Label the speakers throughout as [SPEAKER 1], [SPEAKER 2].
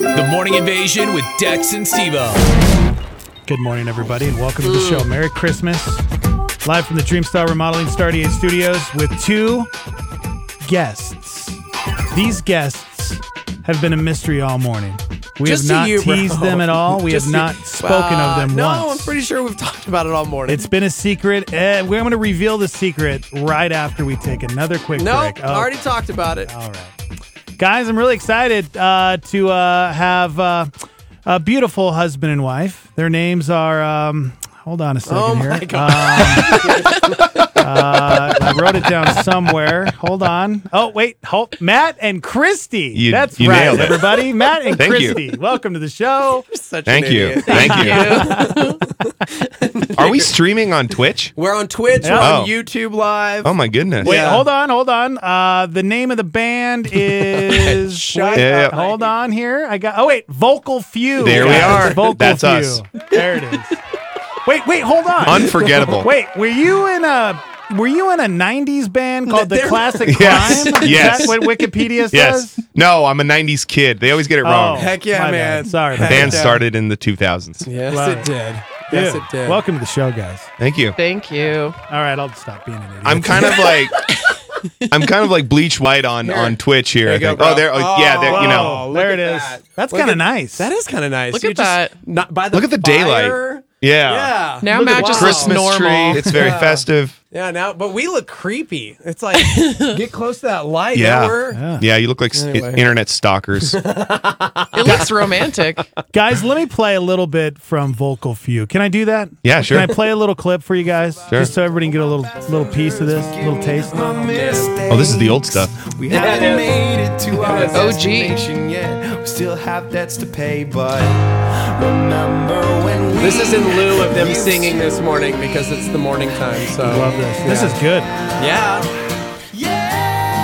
[SPEAKER 1] The Morning Invasion with Dex and Steve-O.
[SPEAKER 2] Good morning, everybody, and welcome to the show. Merry Christmas. Live from the Dreamstyle Remodeling Stargate Studios with two guests. These guests have been a mystery all morning. We
[SPEAKER 1] Just to
[SPEAKER 2] have not
[SPEAKER 1] you, bro.
[SPEAKER 2] teased them at all. We
[SPEAKER 1] Just
[SPEAKER 2] have
[SPEAKER 1] you-
[SPEAKER 2] not spoken
[SPEAKER 1] Uh,
[SPEAKER 2] of them
[SPEAKER 1] no,
[SPEAKER 2] once.
[SPEAKER 1] I'm pretty sure we've talked about it all morning.
[SPEAKER 2] it's been a secret. Eh, we're going to reveal the secret right after we take another quick
[SPEAKER 1] no,
[SPEAKER 2] break. Oh,
[SPEAKER 1] already talked about it.
[SPEAKER 2] All right. Guys, I'm really excited uh, to uh, have uh, a beautiful husband and wife. Their names are. Um, hold on a second
[SPEAKER 1] Oh
[SPEAKER 2] here.
[SPEAKER 1] my
[SPEAKER 2] Uh, Um, uh, I wrote it down somewhere. Hold on. Oh wait, hold, Matt and Christy.
[SPEAKER 3] You-
[SPEAKER 2] That's
[SPEAKER 3] you
[SPEAKER 2] right,
[SPEAKER 3] nailed it.
[SPEAKER 2] everybody. Matt and
[SPEAKER 3] Thank you.
[SPEAKER 2] Christy. Welcome to the show.
[SPEAKER 1] You're such an
[SPEAKER 3] Thank you.
[SPEAKER 1] idiot.
[SPEAKER 3] Thank you.
[SPEAKER 1] you.
[SPEAKER 3] Are we streaming on Twitch?
[SPEAKER 1] We're on Twitch. We're
[SPEAKER 3] Yeah.
[SPEAKER 1] on
[SPEAKER 3] Oh.
[SPEAKER 1] YouTube Live.
[SPEAKER 3] Oh my goodness.
[SPEAKER 2] Wait,
[SPEAKER 1] Yeah.
[SPEAKER 2] hold on, hold on. Uh, the name of the band is.
[SPEAKER 1] Shut
[SPEAKER 2] wait,
[SPEAKER 3] up.
[SPEAKER 2] Hold on here. I got. Oh wait, Vocal Few.
[SPEAKER 3] There we
[SPEAKER 2] guys.
[SPEAKER 3] are.
[SPEAKER 2] Vocal
[SPEAKER 3] That's
[SPEAKER 2] Few.
[SPEAKER 3] us.
[SPEAKER 2] There it is. wait, wait, hold on.
[SPEAKER 3] Unforgettable.
[SPEAKER 2] wait, were you in a? Were you in a '90s band called the
[SPEAKER 1] There-
[SPEAKER 2] Classic
[SPEAKER 3] Yes,
[SPEAKER 2] Crime?
[SPEAKER 3] yes.
[SPEAKER 2] Is that what Wikipedia says?
[SPEAKER 3] Yes. No, I'm a 90s kid. They always get it
[SPEAKER 2] Oh,
[SPEAKER 3] wrong.
[SPEAKER 1] Heck yeah,
[SPEAKER 2] my
[SPEAKER 1] man.
[SPEAKER 2] bad. Sorry. about
[SPEAKER 1] Heck
[SPEAKER 2] that.
[SPEAKER 3] Band
[SPEAKER 1] yeah.
[SPEAKER 3] started in the 2000s.
[SPEAKER 1] Yes,
[SPEAKER 2] Wow.
[SPEAKER 1] it did. Yes,
[SPEAKER 2] Dude,
[SPEAKER 1] it did.
[SPEAKER 2] Welcome to the show, guys.
[SPEAKER 3] Thank you.
[SPEAKER 4] Thank you.
[SPEAKER 2] All right, I'll stop being an idiot.
[SPEAKER 3] I'm kind of like I'm kind of like bleach white on
[SPEAKER 1] Here.
[SPEAKER 3] on Twitch here.
[SPEAKER 1] There
[SPEAKER 3] I
[SPEAKER 1] you go,
[SPEAKER 3] think.
[SPEAKER 1] bro.
[SPEAKER 3] oh, there. Oh, yeah, there.
[SPEAKER 2] Whoa,
[SPEAKER 3] You know.
[SPEAKER 1] look
[SPEAKER 2] there
[SPEAKER 1] at
[SPEAKER 2] it is.
[SPEAKER 1] that.
[SPEAKER 2] That's
[SPEAKER 1] Look
[SPEAKER 2] kind of
[SPEAKER 1] at-
[SPEAKER 2] nice.
[SPEAKER 1] That is kind of nice.
[SPEAKER 4] Look
[SPEAKER 1] You
[SPEAKER 4] at
[SPEAKER 1] just-
[SPEAKER 4] that.
[SPEAKER 1] Not by the
[SPEAKER 3] Look at the daylight.
[SPEAKER 1] fire.
[SPEAKER 3] Yeah.
[SPEAKER 1] Yeah.
[SPEAKER 4] Now
[SPEAKER 2] Look at
[SPEAKER 4] Matt
[SPEAKER 2] that.
[SPEAKER 4] just looks
[SPEAKER 3] Christmas
[SPEAKER 4] normal.
[SPEAKER 3] tree. It's very festive.
[SPEAKER 1] Yeah, now, but we look creepy. It's like, get close to that light.
[SPEAKER 3] Yeah.
[SPEAKER 1] now we're-
[SPEAKER 2] Yeah.
[SPEAKER 3] Yeah, you look like s-
[SPEAKER 1] Anyway.
[SPEAKER 3] internet stalkers. Oh,
[SPEAKER 4] it looks romantic.
[SPEAKER 2] Guys, let me play a little bit from Vocal Few. Can I do that?
[SPEAKER 3] Yeah, sure.
[SPEAKER 2] Can I play a little clip for you guys?
[SPEAKER 3] Sure.
[SPEAKER 2] Just so everybody can get a little little piece of this, a little taste.
[SPEAKER 3] oh, this is the old stuff.
[SPEAKER 5] We haven't made it to our
[SPEAKER 4] OG.
[SPEAKER 5] destination yet. We still have debts to pay, but remember when we
[SPEAKER 1] This is in lieu of them singing this morning because it's the morning time. So
[SPEAKER 2] Love this. This is good.
[SPEAKER 1] yeah.
[SPEAKER 5] Yeah,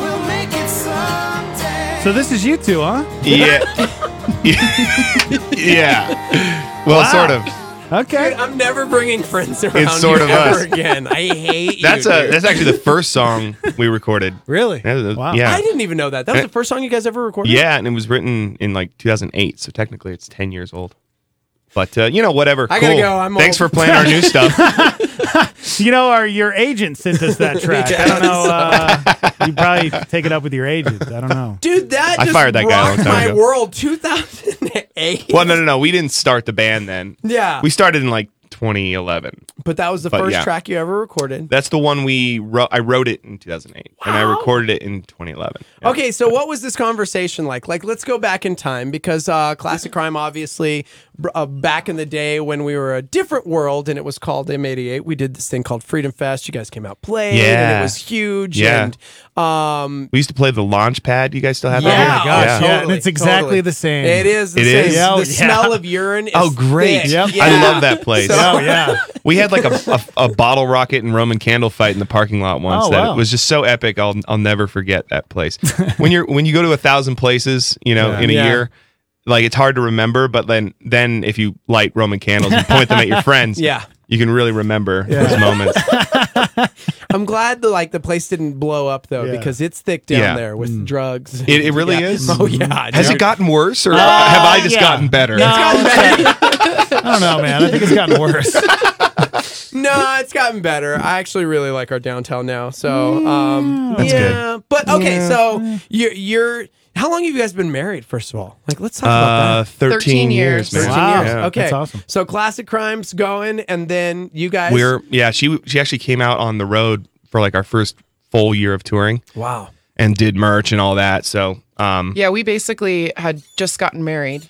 [SPEAKER 5] we'll make it someday.
[SPEAKER 2] So this is you two, huh?
[SPEAKER 3] Yeah. yeah. Well, sort of.
[SPEAKER 2] Okay.
[SPEAKER 1] I'm never bringing friends around
[SPEAKER 3] sort
[SPEAKER 1] you
[SPEAKER 3] of
[SPEAKER 1] ever
[SPEAKER 3] us.
[SPEAKER 1] again. I hate
[SPEAKER 3] That's
[SPEAKER 1] you.
[SPEAKER 3] a
[SPEAKER 1] dude.
[SPEAKER 3] that's actually the first song we recorded.
[SPEAKER 2] Really?
[SPEAKER 3] Yeah, the-
[SPEAKER 2] Wow.
[SPEAKER 3] yeah.
[SPEAKER 1] I didn't even know that. That was the first song you guys ever recorded.
[SPEAKER 3] Yeah, and it was written in like 2008, so technically it's 10 years old. But uh, you know, whatever.
[SPEAKER 1] I gotta
[SPEAKER 3] Cool.
[SPEAKER 1] go, I'm
[SPEAKER 3] Thanks
[SPEAKER 1] old.
[SPEAKER 3] for playing our new stuff.
[SPEAKER 2] You know, our your agent sent us that track. I don't know. Uh, you probably take it up with your agent. I don't know.
[SPEAKER 1] Dude, that
[SPEAKER 3] I
[SPEAKER 1] just
[SPEAKER 3] fired that guy a long
[SPEAKER 1] rocked
[SPEAKER 3] time
[SPEAKER 1] my
[SPEAKER 3] ago.
[SPEAKER 1] world. 2008.
[SPEAKER 3] well, no, no, no. We didn't start the band then.
[SPEAKER 1] Yeah.
[SPEAKER 3] We started in like 2011.
[SPEAKER 1] but that was the
[SPEAKER 3] But
[SPEAKER 1] first
[SPEAKER 3] yeah.
[SPEAKER 1] track you ever recorded.
[SPEAKER 3] That's the one we wrote. I wrote it in 2008, and I
[SPEAKER 1] Wow.
[SPEAKER 3] recorded it in 2011. Yeah.
[SPEAKER 1] Okay, so what was this conversation like? Like, let's go back in time because uh, classic crime, obviously, br- uh, back in the day when we were a different world and it was called M88, we did this thing called Freedom Fest. You guys came out, played, and
[SPEAKER 3] Yeah.
[SPEAKER 1] it was huge.
[SPEAKER 3] Yeah.
[SPEAKER 1] And um,
[SPEAKER 3] We used to play the launch pad. You guys still have
[SPEAKER 1] Yeah.
[SPEAKER 2] Oh
[SPEAKER 3] that?
[SPEAKER 2] my gosh.
[SPEAKER 1] Yeah.
[SPEAKER 2] Yeah. and
[SPEAKER 1] Totally,
[SPEAKER 2] it's exactly
[SPEAKER 1] totally.
[SPEAKER 2] the same.
[SPEAKER 1] it is the,
[SPEAKER 3] It
[SPEAKER 1] same-
[SPEAKER 3] is?
[SPEAKER 1] the
[SPEAKER 2] Oh, yeah.
[SPEAKER 1] smell of urine. Is
[SPEAKER 3] Oh, great.
[SPEAKER 1] Thick.
[SPEAKER 2] Yep.
[SPEAKER 3] I
[SPEAKER 1] Yeah.
[SPEAKER 3] love that place.
[SPEAKER 2] Oh yeah.
[SPEAKER 3] We had like a, a, a bottle rocket and Roman candle fight in the parking lot once.
[SPEAKER 2] Oh,
[SPEAKER 3] that
[SPEAKER 2] wow.
[SPEAKER 3] was just so epic. I'll I'll never forget that place. when you're when you go to a thousand places, you know,
[SPEAKER 2] Yeah.
[SPEAKER 3] in a
[SPEAKER 1] Yeah.
[SPEAKER 3] year, like it's hard to remember. But then then if you light Roman candles and point them at your friends,
[SPEAKER 1] Yeah.
[SPEAKER 3] you can really remember
[SPEAKER 2] Yeah.
[SPEAKER 3] those moments.
[SPEAKER 1] I'm glad the like the place didn't blow up though
[SPEAKER 2] Yeah. Hmm.
[SPEAKER 1] because it's thick down
[SPEAKER 3] Yeah.
[SPEAKER 1] there with drugs.
[SPEAKER 3] It, it really
[SPEAKER 1] Yeah.
[SPEAKER 3] is.
[SPEAKER 1] Oh yeah.
[SPEAKER 3] Has it
[SPEAKER 1] dude.
[SPEAKER 3] gotten worse, or have I just
[SPEAKER 2] Uh, yeah.
[SPEAKER 3] gotten better?
[SPEAKER 2] No, it's- I don't know, man. I think it's gotten worse.
[SPEAKER 1] No, it's gotten better. I actually really like our downtown now. So, um,
[SPEAKER 3] That's good.
[SPEAKER 1] yeah. But okay, so you're, you're how long have you guys been married? First of all, like let's talk
[SPEAKER 3] Uh,
[SPEAKER 1] about that.
[SPEAKER 3] thirteen,
[SPEAKER 4] 13
[SPEAKER 3] years.
[SPEAKER 4] years.
[SPEAKER 3] man.
[SPEAKER 2] Wow.
[SPEAKER 3] Yeah.
[SPEAKER 1] Okay,
[SPEAKER 2] that's awesome.
[SPEAKER 1] So classic crimes going, and then you guys.
[SPEAKER 3] We're yeah. She she actually came out on the road for like our first full year of touring.
[SPEAKER 1] wow.
[SPEAKER 3] and did merch and all that. So, um,
[SPEAKER 4] Yeah, we basically had just gotten married.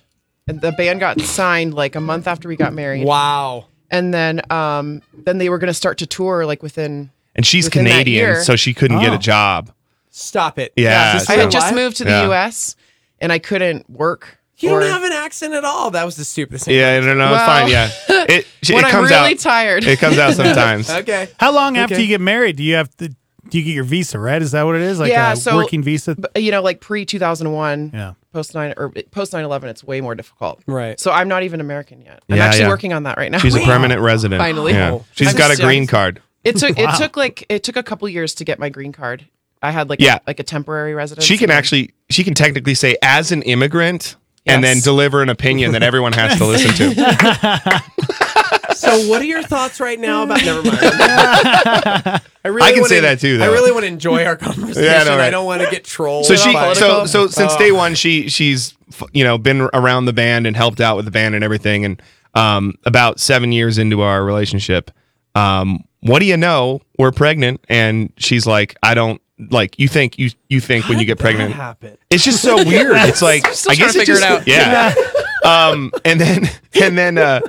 [SPEAKER 4] And The band got signed like a month after we got married.
[SPEAKER 1] Wow.
[SPEAKER 4] And then um then they were gonna start to tour like within
[SPEAKER 3] and she's
[SPEAKER 4] Within that
[SPEAKER 3] Canadian,
[SPEAKER 4] year.
[SPEAKER 3] so she couldn't get
[SPEAKER 2] Oh.
[SPEAKER 3] a job.
[SPEAKER 1] Stop it.
[SPEAKER 3] Yeah,
[SPEAKER 1] Is this
[SPEAKER 4] I
[SPEAKER 1] real
[SPEAKER 4] had just
[SPEAKER 1] life?
[SPEAKER 4] moved to the
[SPEAKER 3] Yeah.
[SPEAKER 4] US and I couldn't work.
[SPEAKER 1] You
[SPEAKER 4] or-
[SPEAKER 1] don't have an accent at all. That was the stupidest thing.
[SPEAKER 3] Yeah, no, no, it's
[SPEAKER 4] Well,
[SPEAKER 3] fine. Yeah, it she-
[SPEAKER 4] when
[SPEAKER 3] it comes
[SPEAKER 4] I'm really
[SPEAKER 3] out.
[SPEAKER 4] tired.
[SPEAKER 3] it comes out sometimes.
[SPEAKER 1] Okay.
[SPEAKER 2] How long after
[SPEAKER 1] Okay.
[SPEAKER 2] you get married do you have to do you get your visa, right? Is that what it is? Like
[SPEAKER 4] Yeah,
[SPEAKER 2] a
[SPEAKER 4] so-
[SPEAKER 2] working visa?
[SPEAKER 4] But, you know, like pre two thousand one,
[SPEAKER 2] Yeah.
[SPEAKER 4] post nine or post nine eleven, it's way more difficult.
[SPEAKER 1] Right.
[SPEAKER 4] So I'm not even American yet. I'm
[SPEAKER 3] Yeah,
[SPEAKER 4] actually
[SPEAKER 3] yeah.
[SPEAKER 4] working on that right now.
[SPEAKER 3] She's a permanent resident.
[SPEAKER 4] Finally.
[SPEAKER 3] yeah.
[SPEAKER 4] Oh.
[SPEAKER 3] she's
[SPEAKER 4] I'm
[SPEAKER 3] got a
[SPEAKER 4] still-
[SPEAKER 3] green card.
[SPEAKER 4] It took
[SPEAKER 2] Wow.
[SPEAKER 4] it took like it took a couple years to get my green card. I had like
[SPEAKER 3] Yeah.
[SPEAKER 4] a, like a temporary residence.
[SPEAKER 3] She can actually, she can technically say as an immigrant and then
[SPEAKER 4] Yes.
[SPEAKER 3] deliver an opinion that everyone has to listen to.
[SPEAKER 1] So, what are your thoughts right now about? Never mind. I, really
[SPEAKER 3] I can
[SPEAKER 1] wanna-
[SPEAKER 3] say that too,
[SPEAKER 1] I
[SPEAKER 3] though.
[SPEAKER 1] really want to enjoy our conversation.
[SPEAKER 3] Yeah, I know,
[SPEAKER 1] I
[SPEAKER 3] right.
[SPEAKER 1] don't want to get trolled.
[SPEAKER 3] So she,
[SPEAKER 1] by-
[SPEAKER 3] so so since day one, she she's f- you know been around the band and helped out with the band and everything. And um, about seven years into our relationship, um, what do you know? We're pregnant, and she's like, I don't like. You think you you think when you get pregnant,
[SPEAKER 1] happen.
[SPEAKER 3] It's just so weird. It's like
[SPEAKER 1] still
[SPEAKER 3] I
[SPEAKER 1] trying
[SPEAKER 3] guess
[SPEAKER 1] to
[SPEAKER 3] it
[SPEAKER 1] figure it out.
[SPEAKER 3] just- Yeah. um, and then and then uh,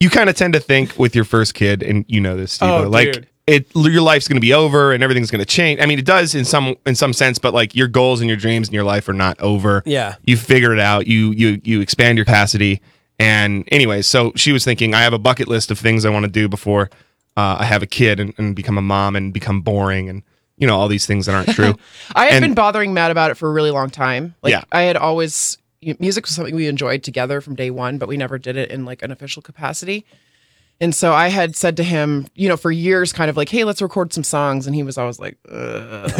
[SPEAKER 3] you kind of tend to think with your first kid, and you know this, Steve,
[SPEAKER 1] Oh,
[SPEAKER 3] like
[SPEAKER 1] dude.
[SPEAKER 3] it your life's going to be over and everything's going to change. I mean, it does in some in some sense, but like your goals and your dreams in your life are not over.
[SPEAKER 1] Yeah.
[SPEAKER 3] you figure it out. You you you expand your capacity. And anyway, so she was thinking, I have a bucket list of things I want to do before uh, I have a kid and, and become a mom and become boring and you know all these things that aren't true.
[SPEAKER 4] I had
[SPEAKER 3] And-
[SPEAKER 4] been bothering Matt about it for a really long time. Like
[SPEAKER 3] Yeah.
[SPEAKER 4] I had always you- music was something we enjoyed together from day one, but we never did it in like an official capacity. And so I had said to him, you know, for years, kind of like, "Hey, let's record some songs," and he was always like, Ugh. It's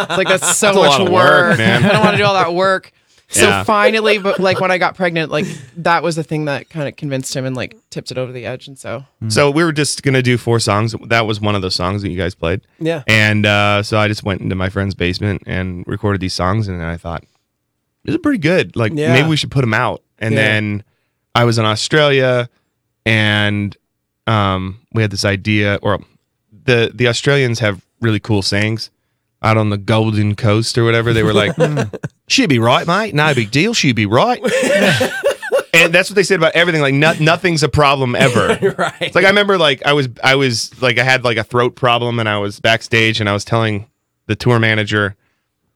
[SPEAKER 4] "Like that's so
[SPEAKER 3] a
[SPEAKER 4] much
[SPEAKER 3] lot of work,
[SPEAKER 4] work.
[SPEAKER 3] man.
[SPEAKER 4] I don't want to do all that work." So
[SPEAKER 3] Yeah.
[SPEAKER 4] finally, but like when I got pregnant, like that was the thing that kind of convinced him and like tipped it over the edge. And so
[SPEAKER 3] So we were just gonna do four songs. That was one of those songs that you guys played.
[SPEAKER 1] Yeah.
[SPEAKER 3] And uh, so I just went into my friend's basement and recorded these songs, and then I thought, "This is pretty good. Like
[SPEAKER 1] Yeah.
[SPEAKER 3] maybe we should put them out." And
[SPEAKER 1] Yeah.
[SPEAKER 3] then I was in Australia, and um, we had this idea, or the the Australians have really cool sayings out on the Golden Coast or whatever. They were like, "She'd be right, mate. No big deal. She'd be right." and that's what they said about everything. Like no, nothing's a problem ever.
[SPEAKER 1] right.
[SPEAKER 3] It's like I remember like I was I was like I had like a throat problem and I was backstage and I was telling the tour manager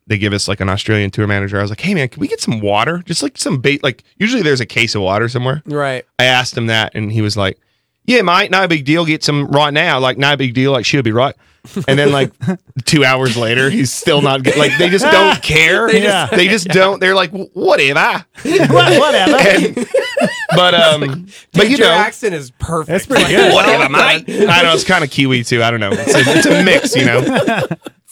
[SPEAKER 3] they give us like an Australian tour manager. I was like, "Hey man, can we get some water? Just like some bait like usually there's a case of water somewhere."
[SPEAKER 1] Right.
[SPEAKER 3] I asked him that and he was like, "Yeah, mate, no big deal. Get some right now. Like no big deal. Like she'll be right." And then like 2 hours later, he's still not get, like they just don't care. they,
[SPEAKER 2] just-
[SPEAKER 3] just, they just don't. They're like, "Whatever."
[SPEAKER 2] What- Whatever.
[SPEAKER 3] And, but um but you
[SPEAKER 1] Your
[SPEAKER 3] know
[SPEAKER 1] accent is perfect.
[SPEAKER 2] That's pretty good.
[SPEAKER 3] Whatever, mate. I don't know. It's kind of Kiwi too. I don't know. It's a, it's a mix, you know.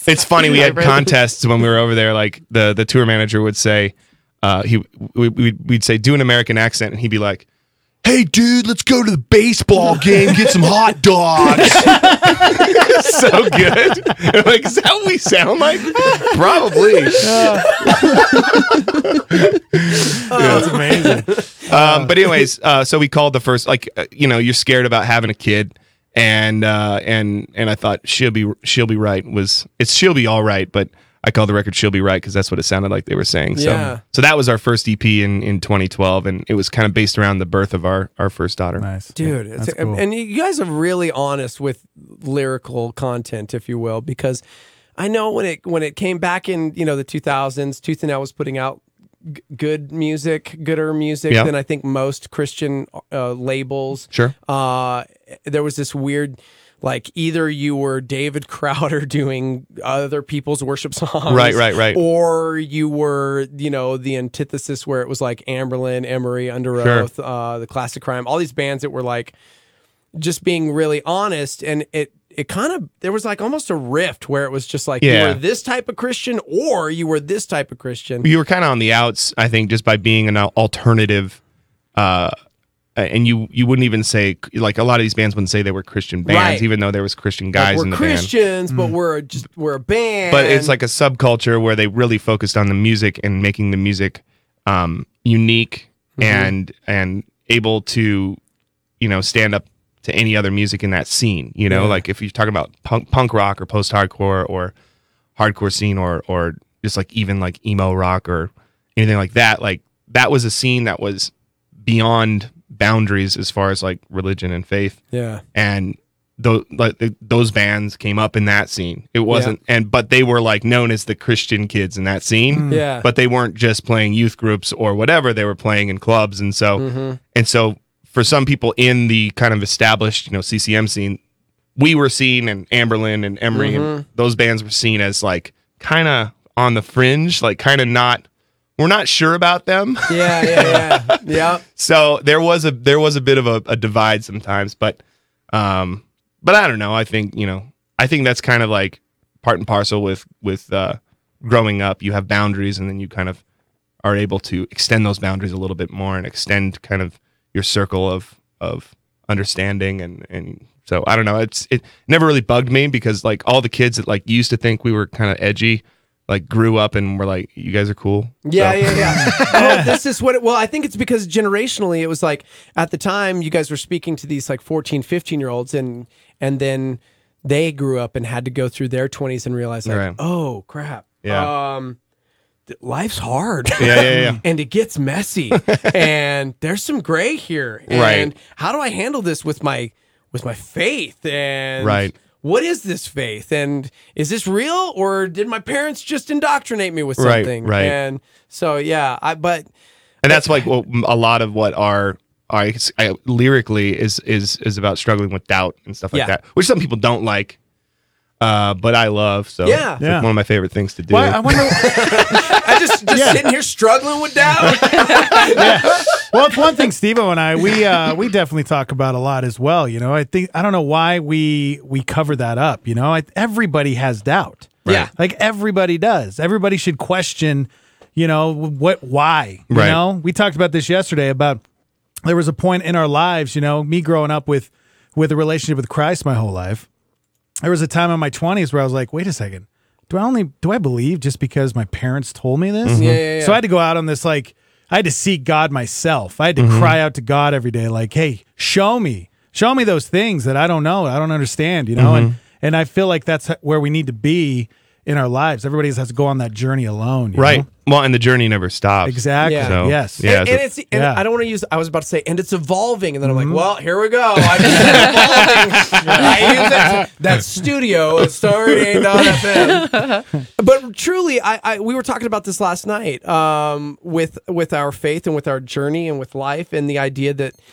[SPEAKER 3] It's funny. We had
[SPEAKER 4] Hybrid.
[SPEAKER 3] contests when we were over there. Like the the tour manager would say, uh, he we, we'd, we'd say do an American accent, and he'd be like. Hey dude, let's go to the baseball game, get some hot dogs. so good. I'm like, is that what we sound like? Probably.
[SPEAKER 2] That's amazing.
[SPEAKER 3] um, but anyways, uh, so we called the first, like uh, you know, you're scared about having a kid, and uh, and and I thought she'll be she'll be right was it's she'll be all right, but I called the record she'll be right because that's what it sounded like they were saying. So
[SPEAKER 1] Yeah.
[SPEAKER 3] so that was our first EP in in 2012, and it was kind of based around the birth of our our first daughter.
[SPEAKER 2] Nice,
[SPEAKER 1] dude
[SPEAKER 2] That's
[SPEAKER 1] it's,
[SPEAKER 2] cool.
[SPEAKER 1] and you guys are really honest with lyrical content if you will because i know when it when it came back in you know the 2000s tooth and nail was putting out g- good music gooder music
[SPEAKER 3] Yeah.
[SPEAKER 1] than i think most christian uh, labels
[SPEAKER 3] Sure.
[SPEAKER 1] uh, there was this weird like either you were David Crowder doing other people's worship songs,
[SPEAKER 3] Right, right, right.
[SPEAKER 1] or you were you know the antithesis where it was like Amberlin, Emery, Under
[SPEAKER 3] Sure.
[SPEAKER 1] Oath, uh, the Classic Crime, all these bands that were like just being really honest and it it kind of there was like almost a rift where it was just like
[SPEAKER 3] Yeah.
[SPEAKER 1] you were this type of Christian or you were this type of Christian.
[SPEAKER 3] you were kind of on the outs, I think, just by being an al- alternative. Uh, and you you wouldn't even say like a lot of these bands wouldn't say they were Christian bands,
[SPEAKER 1] Right.
[SPEAKER 3] even though there was Christian
[SPEAKER 1] Like,
[SPEAKER 3] guys in
[SPEAKER 1] we're
[SPEAKER 3] the band. Mm.
[SPEAKER 1] Christians, but we're just we're a band.
[SPEAKER 3] but it's like a subculture where they really focused on the music and making the music um, unique and and able to you know stand up to any other music in that scene you know like if you're talking about punk punk rock or post hardcore or hardcore scene or or just like even like emo rock or anything like that like that was a scene that was beyond boundaries as far as like religion and faith
[SPEAKER 1] yeah,
[SPEAKER 3] and those like th- those bands came up in that scene. It wasn't and but they were like known as the Christian kids in that scene.
[SPEAKER 1] Yeah.
[SPEAKER 3] But they weren't just playing youth groups or whatever. They were playing in clubs and so and so for some people in the kind of established, you know, CCM scene, we were seen and Amberlin and Emery and those bands were seen as like kind of on the fringe, like kind of not we're not sure about them.
[SPEAKER 1] yeah, yeah, yeah, yeah.
[SPEAKER 3] So there was a there was a bit of a, a divide sometimes, but um, but I don't know. I think you know. I think that's kind of like part and parcel with with uh, growing up. You have boundaries, and then you kind of are able to extend those boundaries a little bit more and extend kind of your circle of of understanding and and so I don't know. It's it never really bugged me because like all the kids that like used to think we were kind of edgy, like grew up and were like, "You guys are cool."
[SPEAKER 1] Yeah,
[SPEAKER 3] So-
[SPEAKER 1] yeah, yeah. well, this is what. It, well, I think it's because generationally, it was like at the time you guys were speaking to these like 14, 15 year olds, and and then they grew up and had to go through their twenties and realize like,
[SPEAKER 3] Right.
[SPEAKER 1] oh crap,
[SPEAKER 3] Yeah.
[SPEAKER 1] um, th- life's hard.
[SPEAKER 3] Yeah, yeah, yeah.
[SPEAKER 1] and it gets messy, and there's some gray here. And
[SPEAKER 3] Right.
[SPEAKER 1] How do I handle this with my with my faith and
[SPEAKER 3] Right.
[SPEAKER 1] What is this faith, and is this real, or did my parents just indoctrinate me with
[SPEAKER 3] Right,
[SPEAKER 1] something?
[SPEAKER 3] right.
[SPEAKER 1] And so yeah, I but
[SPEAKER 3] and that's like what a lot of what our our I, lyrically is is is about struggling with doubt and stuff like
[SPEAKER 1] Yeah.
[SPEAKER 3] that, which some people don't like, uh, but I love. So
[SPEAKER 1] Yeah.
[SPEAKER 3] it's like
[SPEAKER 2] Yeah.
[SPEAKER 3] one of my favorite things to do.
[SPEAKER 2] Why, I wonder.
[SPEAKER 1] I just just sitting here struggling with doubt.
[SPEAKER 2] well, it's one thing Steve and I we uh, we definitely talk about a lot as well. You know, I think I don't know why we we cover that up. You know, I, everybody has doubt.
[SPEAKER 1] Yeah.
[SPEAKER 2] like everybody does. Everybody should question. You know what? Why? You
[SPEAKER 3] Right.
[SPEAKER 2] know, we talked about this yesterday about there was a point in our lives. You know, me growing up with with a relationship with Christ my whole life. There was a time in my twenties where I was like, wait a second. Do I only do I believe just because my parents told me this?
[SPEAKER 1] Mm-hmm. Yeah, yeah, yeah.
[SPEAKER 2] So I had to go out on this like I had to seek God myself. I had to
[SPEAKER 1] Mm-hmm.
[SPEAKER 2] cry out to God every day, like, "Hey, show me, show me those things that I don't know, I don't understand," you know. And
[SPEAKER 1] Mm-hmm.
[SPEAKER 2] and I feel like that's where we need to be in our lives. Everybody has to go on that journey alone, you
[SPEAKER 3] right.
[SPEAKER 2] know?
[SPEAKER 3] Well, and the journey never stops.
[SPEAKER 2] Exactly.
[SPEAKER 1] Yeah.
[SPEAKER 3] So,
[SPEAKER 2] Yes.
[SPEAKER 3] Yeah. Mm-hmm.
[SPEAKER 1] and,
[SPEAKER 3] so-
[SPEAKER 1] and it's and
[SPEAKER 2] yeah.
[SPEAKER 1] I don't want to use. I was about to say, and it's evolving, and then I'm like, well, here we go. I just said evolving. I use that, that studio is starting on FM. But truly, I, I we were talking about this last night um, with with our faith and with our journey and with life and the idea that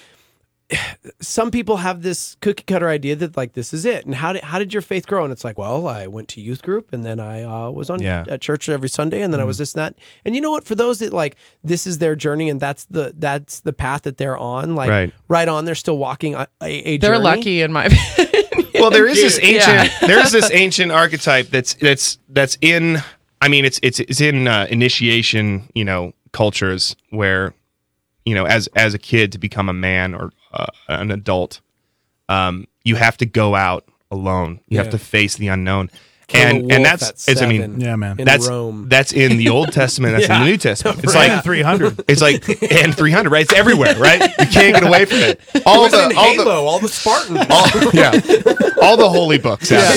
[SPEAKER 1] some people have this cookie cutter idea that like this is it. And how did how did your faith grow? And it's like, well, I went to youth group, and then I uh, was on
[SPEAKER 3] Yeah.
[SPEAKER 1] at church every Sunday, and then I
[SPEAKER 3] Mm.
[SPEAKER 1] was this and that. And you know what? For those that like this is their journey, and that's the that's the path that they're on. Like
[SPEAKER 3] Right.
[SPEAKER 1] on, they're still walking a, a, a
[SPEAKER 4] They're
[SPEAKER 1] journey.
[SPEAKER 4] lucky in my opinion.
[SPEAKER 3] well there is this
[SPEAKER 4] Dude,
[SPEAKER 3] ancient
[SPEAKER 4] yeah.
[SPEAKER 3] there is this ancient archetype that's that's that's in i mean it's it's it's in uh, initiation you know cultures where you know as as a kid to become a man or uh, an adult um you have to go out alone you
[SPEAKER 1] Yeah.
[SPEAKER 3] have to face the unknown
[SPEAKER 1] Kill a
[SPEAKER 3] and
[SPEAKER 1] wolf
[SPEAKER 3] and that's
[SPEAKER 1] at
[SPEAKER 3] it's i
[SPEAKER 1] seven
[SPEAKER 3] mean
[SPEAKER 2] Yeah, man.
[SPEAKER 1] In
[SPEAKER 3] that's
[SPEAKER 1] Rome.
[SPEAKER 3] that's in the old testament that's in
[SPEAKER 1] Yeah.
[SPEAKER 3] the new testament it's
[SPEAKER 1] Right.
[SPEAKER 3] like
[SPEAKER 2] three hundred.
[SPEAKER 3] it's like and 300 right it's everywhere right you can't get away from it all
[SPEAKER 1] It was
[SPEAKER 3] the
[SPEAKER 1] in
[SPEAKER 3] all
[SPEAKER 1] Halo,
[SPEAKER 3] the
[SPEAKER 1] all the Spartans.
[SPEAKER 3] all, yeah, all the holy books. Yeah.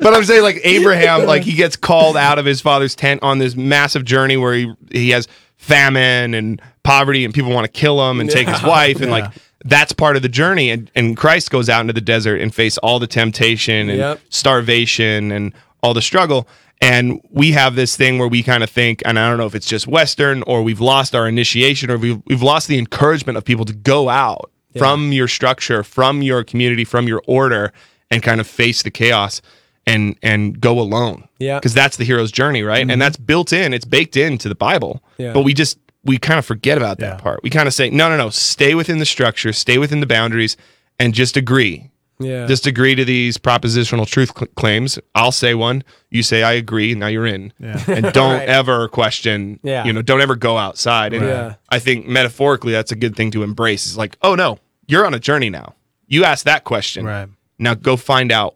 [SPEAKER 3] but I'm saying like Abraham, like he gets called out of his father's tent on this massive journey where he he has famine and poverty and people want to kill him and take his wife and like that's part of the journey and, and Christ goes out into the desert and face all the temptation and
[SPEAKER 1] Yep.
[SPEAKER 3] starvation and all the struggle. And we have this thing where we kind of think, and I don't know if it's just Western or we've lost our initiation or we've, we've lost the encouragement of people to go out from your structure, from your community, from your order, and kind of face the chaos and and go alone.
[SPEAKER 1] Yeah. Mm-hmm.
[SPEAKER 3] Because that's the hero's journey, right? And that's built in, it's baked into the Bible.
[SPEAKER 1] Yeah.
[SPEAKER 3] But we just we kind of forget about that
[SPEAKER 2] Yeah.
[SPEAKER 3] part. We kind of say, no, no, no, stay within the structure, stay within the boundaries, and just agree
[SPEAKER 1] yeah.
[SPEAKER 3] just agree to these propositional truth cl- claims. I'll say one, you say I agree, now you're in. And don't
[SPEAKER 1] Right.
[SPEAKER 3] ever question,
[SPEAKER 1] Yeah.
[SPEAKER 3] you know, don't ever go outside. And
[SPEAKER 1] Yeah.
[SPEAKER 3] I think metaphorically that's a good thing to embrace. It's like, "Oh no, you're on a journey now. You asked that question.
[SPEAKER 2] Right.
[SPEAKER 3] Now go find out,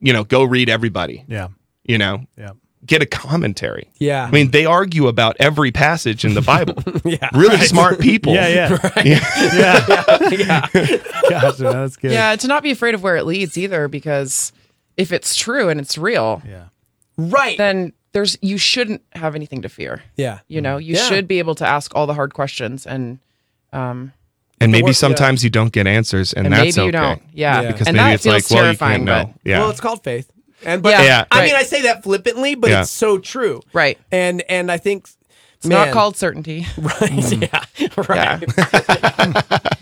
[SPEAKER 3] you know, go read everybody,
[SPEAKER 2] Yeah.
[SPEAKER 3] you know.
[SPEAKER 2] Yeah.
[SPEAKER 3] Get a commentary.
[SPEAKER 1] Yeah.
[SPEAKER 3] I mean, they argue about every passage in the Bible. yeah. Really smart people.
[SPEAKER 2] Yeah. Yeah.
[SPEAKER 1] yeah.
[SPEAKER 2] Gosh, man, that's good.
[SPEAKER 4] yeah, to not be afraid of where it leads either, because if it's true and it's real,
[SPEAKER 2] Yeah.
[SPEAKER 1] Right.
[SPEAKER 4] then there's you shouldn't have anything to fear.
[SPEAKER 1] yeah.
[SPEAKER 4] You know, you
[SPEAKER 1] Yeah.
[SPEAKER 4] should be able to ask all the hard questions and um
[SPEAKER 3] And maybe
[SPEAKER 1] work- yeah.
[SPEAKER 3] sometimes you don't get answers and,
[SPEAKER 4] and
[SPEAKER 3] that's
[SPEAKER 4] maybe
[SPEAKER 3] okay.
[SPEAKER 4] you don't. Yeah.
[SPEAKER 1] Yeah.
[SPEAKER 3] because
[SPEAKER 4] and
[SPEAKER 3] maybe
[SPEAKER 4] that
[SPEAKER 3] it's
[SPEAKER 4] feels
[SPEAKER 3] like, well, you
[SPEAKER 4] terrifying,
[SPEAKER 3] can't know.
[SPEAKER 4] but
[SPEAKER 3] Yeah.
[SPEAKER 1] Well, it's called faith. And but
[SPEAKER 4] Yeah,
[SPEAKER 3] Yeah.
[SPEAKER 1] I
[SPEAKER 4] right.
[SPEAKER 1] mean, I say that flippantly, but
[SPEAKER 3] Yeah.
[SPEAKER 1] it's so true.
[SPEAKER 4] Right.
[SPEAKER 1] And and I think
[SPEAKER 4] it's not called certainty.
[SPEAKER 3] Mm.
[SPEAKER 1] right. Yeah. Right.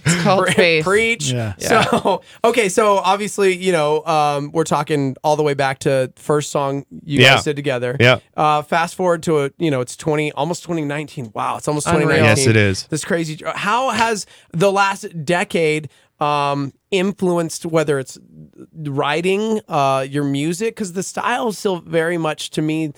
[SPEAKER 4] It's called faith.
[SPEAKER 1] Preach.
[SPEAKER 2] Yeah.
[SPEAKER 1] So okay, so obviously, you know, um, we're talking all the way back to first song you
[SPEAKER 3] Yeah.
[SPEAKER 1] guys did together.
[SPEAKER 3] Yeah.
[SPEAKER 1] Uh, fast forward to a, you know, it's twenty, almost twenty nineteen. Wow, it's almost
[SPEAKER 4] Unreal.
[SPEAKER 1] twenty nineteen.
[SPEAKER 3] Yes, it is.
[SPEAKER 1] This crazy. How has the last decade um, influenced whether it's writing uh, your music because the style is still very much to me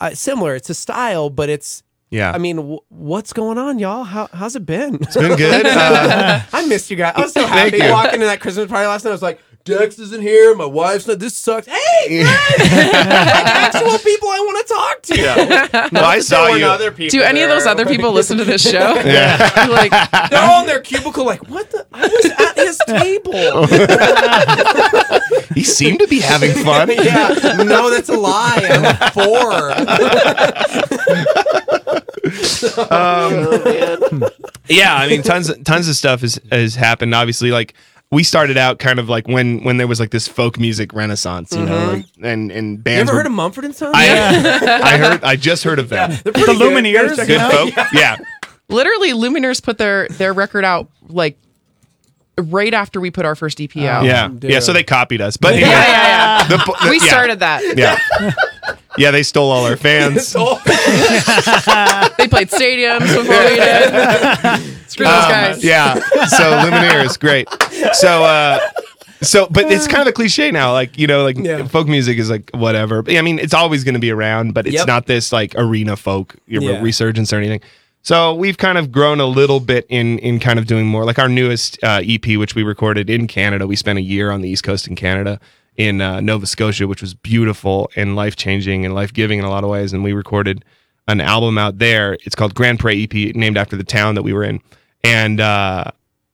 [SPEAKER 1] uh, similar. It's a style, but it's
[SPEAKER 3] Yeah.
[SPEAKER 1] I mean, w- what's going on, y'all? How, how's it been?
[SPEAKER 3] been good. Uh,
[SPEAKER 1] I missed you guys. I was so
[SPEAKER 3] Thank
[SPEAKER 1] happy
[SPEAKER 3] you.
[SPEAKER 1] walking to that Christmas party last night. I was like, Dex isn't here. My wife's not. This sucks. Hey, actual people I want to talk to.
[SPEAKER 3] well, I saw
[SPEAKER 5] There were
[SPEAKER 3] you.
[SPEAKER 5] other people.
[SPEAKER 4] Do any of those
[SPEAKER 5] there.
[SPEAKER 4] other people listen to this show? Yeah. like,
[SPEAKER 1] They're all in their cubicle, like, what the? I was at his
[SPEAKER 3] Oh,
[SPEAKER 1] table.
[SPEAKER 3] He seemed to be having fun.
[SPEAKER 1] yeah. No, that's a lie. I'm four.
[SPEAKER 3] yeah i mean tons tons of stuff has has happened obviously like we started out kind of like when when there was like this folk music renaissance you know like, and and
[SPEAKER 1] You
[SPEAKER 3] bands
[SPEAKER 1] ever
[SPEAKER 3] were-
[SPEAKER 1] heard of Mumford and Sons?
[SPEAKER 3] I, I heard i just heard of them
[SPEAKER 1] They're
[SPEAKER 2] The
[SPEAKER 1] pretty good.
[SPEAKER 2] Lumineers.
[SPEAKER 1] Better check
[SPEAKER 3] good
[SPEAKER 1] it out.
[SPEAKER 3] folk yeah.
[SPEAKER 4] literally, Lumineers put their their record out like right after we put our first E EP out.
[SPEAKER 3] yeah yeah
[SPEAKER 1] dear.
[SPEAKER 3] so they copied us but
[SPEAKER 4] Oh, Yeah,
[SPEAKER 3] anyway,
[SPEAKER 4] yeah,
[SPEAKER 3] the po-
[SPEAKER 4] yeah.
[SPEAKER 3] the-
[SPEAKER 4] We
[SPEAKER 3] yeah,
[SPEAKER 4] started that.
[SPEAKER 3] yeah yeah they stole all our
[SPEAKER 1] It's
[SPEAKER 3] fans
[SPEAKER 1] all-
[SPEAKER 4] They played stadiums before we did. Screw those
[SPEAKER 3] Um,
[SPEAKER 4] guys.
[SPEAKER 3] yeah. So Lumineers, great. So uh so but it's kind of a cliche now like you know like
[SPEAKER 1] Uh. Yeah.
[SPEAKER 3] folk music is like whatever. But, I mean it's always going to be around but it's
[SPEAKER 1] Yep.
[SPEAKER 3] not this like arena folk you know,
[SPEAKER 1] Yeah.
[SPEAKER 3] resurgence or anything. So we've kind of grown a little bit in in kind of doing more like our newest uh, EP which we recorded in Canada. We spent a year on the East Coast in Canada in uh, Nova Scotia which was beautiful and life-changing and life-giving in a lot of ways and we recorded an album out there. It's called Grand Prairie EP, named after the town that we were in, and uh,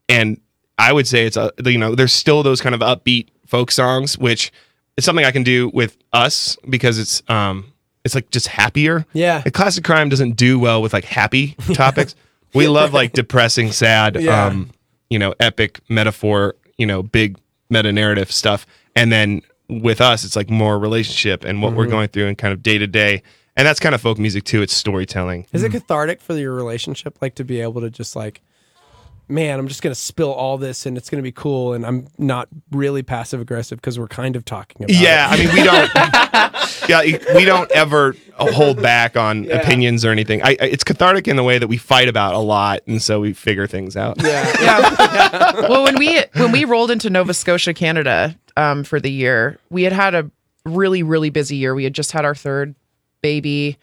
[SPEAKER 3] and I would say it's a you know there's still those kind of upbeat folk songs, which is something I can do with us because it's um it's like just happier.
[SPEAKER 1] Yeah.
[SPEAKER 3] the classic crime doesn't do well with like happy topics. We love like depressing, sad,
[SPEAKER 1] Yeah.
[SPEAKER 3] um, you know, epic metaphor, you know, big meta narrative stuff, and then with us, it's like more relationship and what
[SPEAKER 1] Mm-hmm.
[SPEAKER 3] we're going through and kind of day to day. And that's kind of folk music too. It's storytelling.
[SPEAKER 1] Is it cathartic for your relationship, like to be able to just like, man, I'm just gonna spill all this and it's gonna be cool, and I'm not really passive aggressive because we're kind of talking about
[SPEAKER 3] Yeah,
[SPEAKER 1] it.
[SPEAKER 3] I mean we don't. yeah, we don't ever hold back on opinions or anything. I, I- it's cathartic in the way that we fight about a lot, and so we figure things out.
[SPEAKER 1] Yeah,
[SPEAKER 4] well, when we when we rolled into Nova Scotia, Canada, um, for the year, we had had a really really busy year. We had just had our third baby.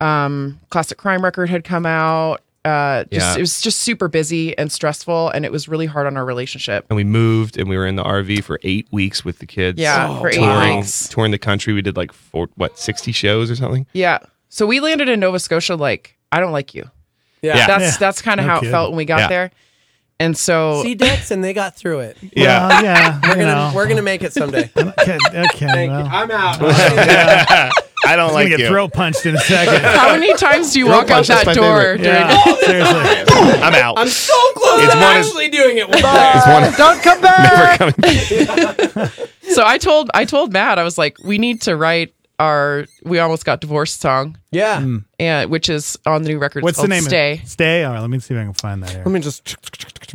[SPEAKER 4] Um, classic crime record had come out. Uh, just,
[SPEAKER 3] Yeah.
[SPEAKER 4] it was just super busy and stressful, and it was really hard on our relationship.
[SPEAKER 3] And we moved, and we were in the RV for eight weeks with the kids.
[SPEAKER 4] Yeah, for eight
[SPEAKER 3] touring,
[SPEAKER 4] weeks.
[SPEAKER 3] touring the country. We did like four, what, sixty shows or something.
[SPEAKER 4] Yeah, so we landed in Nova Scotia like I don't like you.
[SPEAKER 1] yeah.
[SPEAKER 3] Yeah.
[SPEAKER 4] That's
[SPEAKER 2] Yeah.
[SPEAKER 4] that's kind of
[SPEAKER 2] No
[SPEAKER 4] how
[SPEAKER 2] kidding.
[SPEAKER 4] it felt when we got
[SPEAKER 3] Yeah.
[SPEAKER 4] there, and
[SPEAKER 3] Oh.
[SPEAKER 4] so
[SPEAKER 1] See Dex, and they got through it.
[SPEAKER 3] Yeah,
[SPEAKER 2] Well, yeah.
[SPEAKER 1] We're
[SPEAKER 2] you
[SPEAKER 1] gonna
[SPEAKER 2] know.
[SPEAKER 1] we're gonna make it someday.
[SPEAKER 2] Okay. okay
[SPEAKER 1] Thank
[SPEAKER 2] well.
[SPEAKER 1] you. I'm out.
[SPEAKER 3] I don't
[SPEAKER 2] I'm
[SPEAKER 3] like
[SPEAKER 2] gonna
[SPEAKER 3] you.
[SPEAKER 2] get throat punched in a second.
[SPEAKER 4] how many times do you walk out
[SPEAKER 3] punch, that's my
[SPEAKER 4] that door?
[SPEAKER 3] favorite.
[SPEAKER 4] during-
[SPEAKER 2] yeah. Seriously.
[SPEAKER 3] I'm out.
[SPEAKER 1] I'm so close
[SPEAKER 3] It's
[SPEAKER 1] to
[SPEAKER 3] one is-
[SPEAKER 1] actually doing it. One
[SPEAKER 3] It's
[SPEAKER 1] day.
[SPEAKER 3] one
[SPEAKER 4] Don't come back.
[SPEAKER 3] never coming.
[SPEAKER 4] So I told I told Matt I was like, we need to write our we almost got divorced song,
[SPEAKER 1] Yeah.
[SPEAKER 3] Mm.
[SPEAKER 4] and which is on the new record. It's
[SPEAKER 2] What's the
[SPEAKER 4] called
[SPEAKER 2] name? of it?
[SPEAKER 4] Stay.
[SPEAKER 2] Stay. All right. Let me see if I can find that. Here.
[SPEAKER 1] Let me just.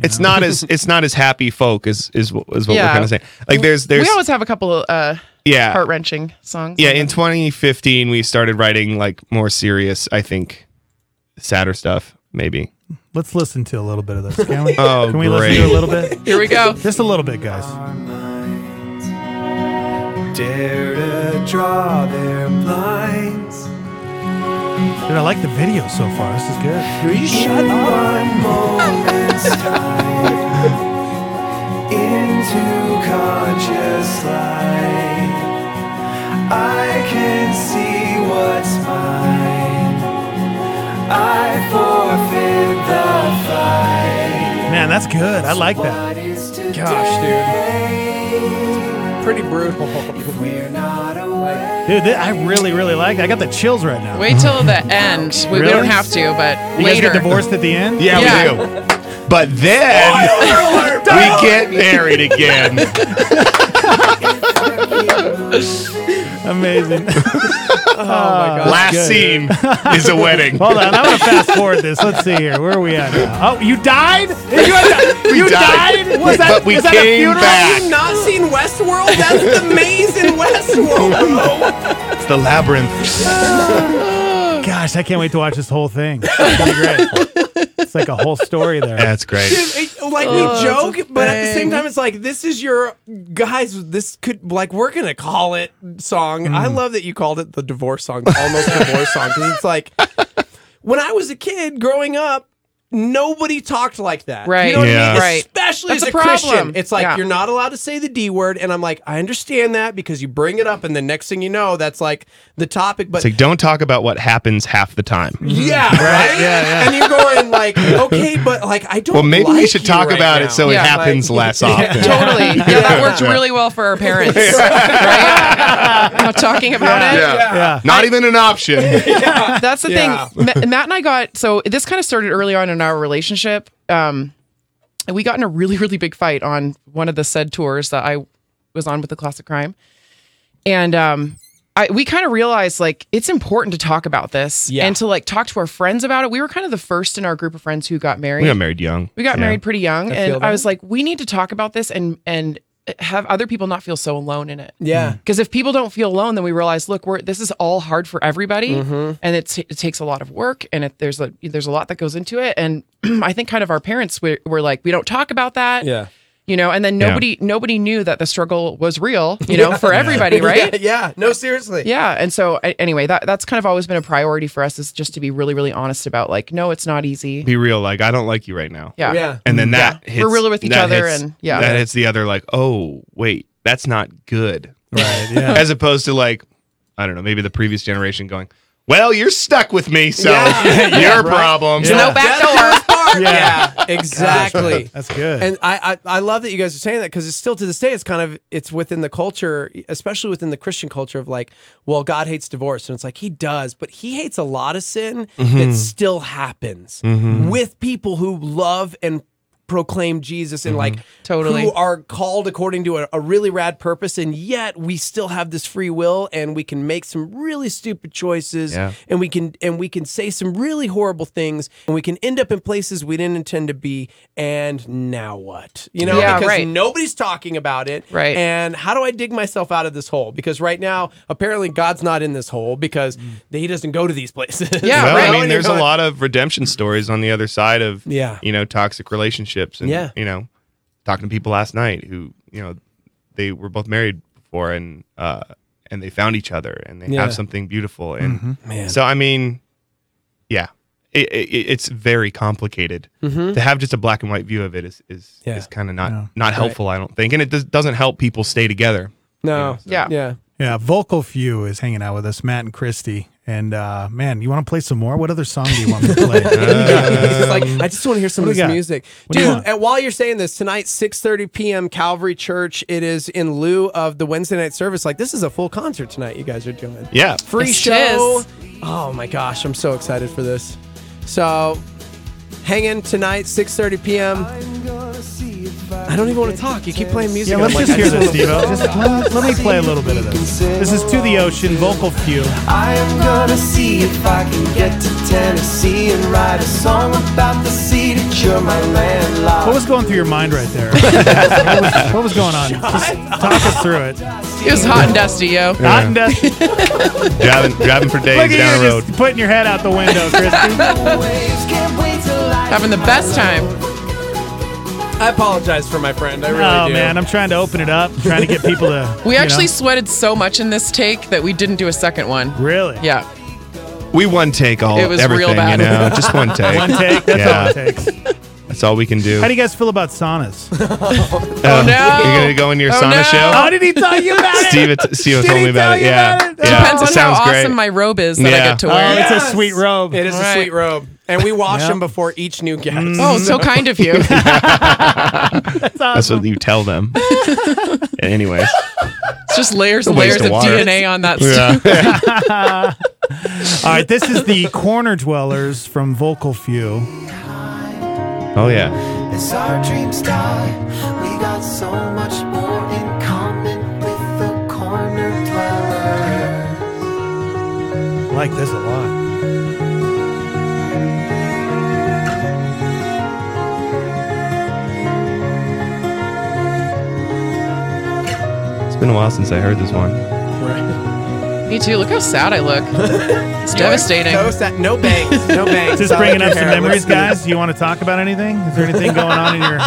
[SPEAKER 3] It's not as it's not as happy folk is is what, is what we're
[SPEAKER 4] Yeah.
[SPEAKER 3] kind of saying. Like there's there's
[SPEAKER 4] we always have a couple of uh,
[SPEAKER 3] yeah
[SPEAKER 4] heart wrenching songs.
[SPEAKER 3] Yeah, in 2015 we started writing like more serious, I think, sadder stuff. Maybe.
[SPEAKER 2] Let's listen to a little bit of this, can we?
[SPEAKER 3] Oh,
[SPEAKER 2] can we
[SPEAKER 3] great.
[SPEAKER 2] listen to a little bit?
[SPEAKER 4] Here we go.
[SPEAKER 2] Just a little bit, guys.
[SPEAKER 5] Dare to draw their blinds.
[SPEAKER 2] Dude, I like the video so far. This is good.
[SPEAKER 1] Will you shut up?
[SPEAKER 5] One moment's time into conscious light. I can see what's mine. I forfeit the fight.
[SPEAKER 2] Man, that's good. I like that.
[SPEAKER 5] What is
[SPEAKER 1] Gosh,
[SPEAKER 5] today?
[SPEAKER 1] Pretty brutal.
[SPEAKER 5] We're not aware.
[SPEAKER 2] Dude, thi- I really, really like it. I got the chills right now.
[SPEAKER 4] Wait till the end. We, we
[SPEAKER 2] Really?
[SPEAKER 4] don't have to, but
[SPEAKER 2] you
[SPEAKER 4] later.
[SPEAKER 2] guys get divorced at the end?
[SPEAKER 3] Yeah, we do. But then we get married again.
[SPEAKER 2] Amazing.
[SPEAKER 3] Last
[SPEAKER 2] good.
[SPEAKER 3] scene is a wedding.
[SPEAKER 2] Hold on. I'm going to fast forward this. Let's see here. Where are we at now? Oh, you died? You, had di- you
[SPEAKER 3] died.
[SPEAKER 2] died? Was that,
[SPEAKER 3] But we
[SPEAKER 2] is that a
[SPEAKER 3] came
[SPEAKER 2] funeral?
[SPEAKER 3] back.
[SPEAKER 1] Have you not seen Westworld? That's the maze in Westworld.
[SPEAKER 3] It's the labyrinth.
[SPEAKER 2] Gosh, I can't wait to watch this whole thing. It's gonna be great. It's like a whole story there.
[SPEAKER 3] That's great.
[SPEAKER 1] It- like like
[SPEAKER 4] Oh,
[SPEAKER 1] we
[SPEAKER 4] it's
[SPEAKER 1] joke,
[SPEAKER 4] a
[SPEAKER 1] but at the same
[SPEAKER 4] thing.
[SPEAKER 1] time, it's like this is your guys. This could like we're gonna call it song. I
[SPEAKER 3] Mm.
[SPEAKER 1] love that you called it the divorce song, the almost divorce song, because it's like when I was a kid growing up. Nobody talked like that, You
[SPEAKER 4] Right.
[SPEAKER 1] know what I
[SPEAKER 3] Yeah.
[SPEAKER 1] mean?
[SPEAKER 4] Right.
[SPEAKER 1] Especially
[SPEAKER 4] That's
[SPEAKER 1] as
[SPEAKER 4] a
[SPEAKER 1] a, Christian,
[SPEAKER 4] problem.
[SPEAKER 1] it's like
[SPEAKER 4] Yeah.
[SPEAKER 1] you're not allowed to say the D word, and I'm like, I understand that because you bring it up, and the next thing you know, that's like the topic. But
[SPEAKER 3] It's like don't talk about what happens half the time.
[SPEAKER 1] yeah, right. And you're going like, okay, but like I don't.
[SPEAKER 3] Well, maybe we
[SPEAKER 1] like
[SPEAKER 3] should
[SPEAKER 1] you
[SPEAKER 3] talk
[SPEAKER 1] right
[SPEAKER 3] about
[SPEAKER 1] now.
[SPEAKER 3] it so
[SPEAKER 4] Yeah,
[SPEAKER 3] it happens
[SPEAKER 1] like-
[SPEAKER 3] less often.
[SPEAKER 4] Totally. Yeah, that worked really well for our parents. right? Now talking about it.
[SPEAKER 2] Yeah.
[SPEAKER 3] Not even an option.
[SPEAKER 4] That's the
[SPEAKER 1] Yeah.
[SPEAKER 4] thing. Ma- Matt and I got so this kind of started early on in our relationship. Um, and we got in a really really big fight on one of the said tours that I was on with the Classic Crime, and um, I we kind of realized like it's important to talk about this
[SPEAKER 1] Yeah.
[SPEAKER 4] and to like talk to our friends about it. We were kind of the first in our group of friends who got married.
[SPEAKER 3] we got married young.
[SPEAKER 4] We got
[SPEAKER 3] Yeah.
[SPEAKER 4] married pretty young,
[SPEAKER 1] feel
[SPEAKER 4] and
[SPEAKER 1] that.
[SPEAKER 4] I was like, we need to talk about this and and have other people not feel so alone in it.
[SPEAKER 1] Yeah.
[SPEAKER 4] Because if people don't feel alone, then we realize, look, we're this is all hard for everybody,
[SPEAKER 1] Mm-hmm.
[SPEAKER 4] and it, it takes a lot of work, and it, there's a there's a lot that goes into it. And I think kind of our parents were, were like, we don't talk about that,
[SPEAKER 1] Yeah.
[SPEAKER 4] you know. And then
[SPEAKER 3] Yeah.
[SPEAKER 4] nobody nobody knew that the struggle was real, you know, for everybody, right?
[SPEAKER 1] Yeah, yeah. No, seriously.
[SPEAKER 4] Yeah. And so a- anyway, that that's kind of always been a priority for us is just to be really really honest about like, no, it's not easy.
[SPEAKER 3] Be real, like I don't like you right now.
[SPEAKER 4] Yeah. Mm-hmm.
[SPEAKER 1] Yeah.
[SPEAKER 3] And then that
[SPEAKER 4] Yeah.
[SPEAKER 3] hits,
[SPEAKER 4] We're real with each
[SPEAKER 3] that
[SPEAKER 4] other
[SPEAKER 3] hits-
[SPEAKER 4] and- yeah.
[SPEAKER 3] That hits the other like, oh wait, that's not good.
[SPEAKER 2] Right. Yeah.
[SPEAKER 3] As opposed to like, I don't know, maybe the previous generation going, Well, you're stuck with me, so
[SPEAKER 1] Yeah.
[SPEAKER 3] your
[SPEAKER 1] Right.
[SPEAKER 3] problem.
[SPEAKER 2] Yeah.
[SPEAKER 4] No back door.
[SPEAKER 1] Yeah, exactly.
[SPEAKER 2] That's good.
[SPEAKER 1] And I, I, I love that you guys are saying that because it's still to this day, it's kind of it's within the culture, especially within the Christian culture of like, well, God hates divorce, and it's like he does, but he hates a lot of sin that still happens with people who love and proclaim Jesus and like
[SPEAKER 4] Totally.
[SPEAKER 1] who are called according to a, a really rad purpose, and yet we still have this free will and we can make some really stupid choices
[SPEAKER 3] Yeah.
[SPEAKER 1] and we can and we can say some really horrible things and we can end up in places we didn't intend to be and now what you know
[SPEAKER 4] Yeah,
[SPEAKER 1] because
[SPEAKER 4] right.
[SPEAKER 1] nobody's talking about it
[SPEAKER 4] Right.
[SPEAKER 1] and how do i dig myself out of this hole because right now apparently god's not in this hole because he doesn't go to these places
[SPEAKER 4] Mm. Yeah,
[SPEAKER 3] well,
[SPEAKER 4] right.
[SPEAKER 3] I mean, there's a lot of redemption stories on the other side of
[SPEAKER 1] Yeah.
[SPEAKER 3] you know, toxic relationships and
[SPEAKER 1] Yeah.
[SPEAKER 3] you know, talking to people last night who, you know, they were both married before and uh and they found each other and they
[SPEAKER 1] Yeah.
[SPEAKER 3] have something beautiful and
[SPEAKER 1] Man.
[SPEAKER 3] so I mean, yeah. It, it, it's very complicated to have just a black and white view of it is is,
[SPEAKER 1] Yeah.
[SPEAKER 3] is kind of not not helpful I don't think and it does, doesn't help people stay together
[SPEAKER 1] no
[SPEAKER 4] Yeah.
[SPEAKER 1] yeah
[SPEAKER 2] yeah. Vocal Few is hanging out with us, Matt and Christy. And uh, man, you want to play some more? What other song do you want me to play?
[SPEAKER 1] Uh, It's like I just want to hear some
[SPEAKER 2] what
[SPEAKER 1] of
[SPEAKER 2] do
[SPEAKER 1] this
[SPEAKER 2] we got?
[SPEAKER 1] music,
[SPEAKER 2] do you
[SPEAKER 1] dude.
[SPEAKER 2] want?
[SPEAKER 1] And while you're saying this tonight, 6:30 p.m. Calvary Church. It is in lieu of the Wednesday night service. Like this is a full concert tonight. You guys are doing
[SPEAKER 3] yeah
[SPEAKER 1] free
[SPEAKER 4] Yes, it
[SPEAKER 1] show.
[SPEAKER 4] is.
[SPEAKER 1] Oh my gosh, I'm so excited for this. So, hang in tonight, 6:30 p.m. I don't even want to talk. You keep playing music.
[SPEAKER 2] yeah,
[SPEAKER 1] I'm
[SPEAKER 2] let's
[SPEAKER 1] like,
[SPEAKER 2] just
[SPEAKER 1] I
[SPEAKER 2] hear this,
[SPEAKER 1] don't-
[SPEAKER 2] Steve. Just let, let me play a little bit of this. This is To the Ocean, Vocal Few.
[SPEAKER 5] I am gonna see if I can get to Tennessee and write a song about the sea that you're my landlocked.
[SPEAKER 2] What was going through your mind right there? what, was, what was going on? Just talk us through it.
[SPEAKER 4] It was hot and dusty, yo.
[SPEAKER 2] Hot and dusty.
[SPEAKER 3] driving driving for days
[SPEAKER 2] Look
[SPEAKER 3] down
[SPEAKER 2] at
[SPEAKER 3] the
[SPEAKER 2] you
[SPEAKER 3] road
[SPEAKER 2] just putting your head out the window, Christy.
[SPEAKER 4] Having the best time.
[SPEAKER 1] I apologize for my friend. I really
[SPEAKER 2] oh
[SPEAKER 1] do.
[SPEAKER 2] man, I'm trying to open it up, trying to get people to.
[SPEAKER 4] We
[SPEAKER 2] you
[SPEAKER 4] actually
[SPEAKER 2] know.
[SPEAKER 4] sweated so much in this take that we didn't do a second one.
[SPEAKER 2] really
[SPEAKER 4] Yeah.
[SPEAKER 3] we one take all
[SPEAKER 4] It was real
[SPEAKER 3] everything
[SPEAKER 4] bad.
[SPEAKER 3] you know just one take
[SPEAKER 2] one take. That's all
[SPEAKER 3] Yeah.
[SPEAKER 2] it takes.
[SPEAKER 3] that's all we can do
[SPEAKER 2] How do you guys feel about saunas?
[SPEAKER 3] oh
[SPEAKER 4] no.
[SPEAKER 3] you're gonna go into your
[SPEAKER 4] Oh,
[SPEAKER 3] sauna
[SPEAKER 4] no.
[SPEAKER 3] show
[SPEAKER 2] did he tell you about
[SPEAKER 3] Steve it's- Steve
[SPEAKER 2] Did
[SPEAKER 3] told
[SPEAKER 2] he
[SPEAKER 3] me about
[SPEAKER 2] tell
[SPEAKER 3] it
[SPEAKER 2] you
[SPEAKER 3] yeah
[SPEAKER 2] about it?
[SPEAKER 3] yeah
[SPEAKER 4] Depends on Oh, how
[SPEAKER 3] sounds
[SPEAKER 4] awesome
[SPEAKER 3] great
[SPEAKER 4] my robe is that I
[SPEAKER 3] Yeah.
[SPEAKER 4] get to
[SPEAKER 2] Oh,
[SPEAKER 4] wear.
[SPEAKER 2] it's a sweet robe.
[SPEAKER 1] It is a
[SPEAKER 4] All right.
[SPEAKER 1] sweet robe, and we wash
[SPEAKER 2] Yeah.
[SPEAKER 1] them before each new guest.
[SPEAKER 2] Mm.
[SPEAKER 4] Oh, so kind of you.
[SPEAKER 2] That's awesome.
[SPEAKER 3] that's what you tell them anyways
[SPEAKER 4] It's just layers and
[SPEAKER 3] It's a waste
[SPEAKER 4] layers of,
[SPEAKER 3] of water.
[SPEAKER 4] DNA on that. stuff.
[SPEAKER 3] yeah.
[SPEAKER 2] All right, this is the Corner Dwellers from Vocal Few.
[SPEAKER 3] oh yeah
[SPEAKER 5] As our dreams die, we got so much more in common with the corner dweller.
[SPEAKER 2] I like this a lot.
[SPEAKER 3] it's been a while since I heard this one
[SPEAKER 1] Right.
[SPEAKER 4] Me too. Look how sad I look. It's devastating.
[SPEAKER 1] So sad. No bangs. No bangs.
[SPEAKER 2] Just
[SPEAKER 1] I'll let
[SPEAKER 2] bringing
[SPEAKER 1] your
[SPEAKER 2] up some
[SPEAKER 1] hair
[SPEAKER 2] memories,
[SPEAKER 1] listen.
[SPEAKER 2] guys. Do you want to talk about anything? Is there anything going on in your?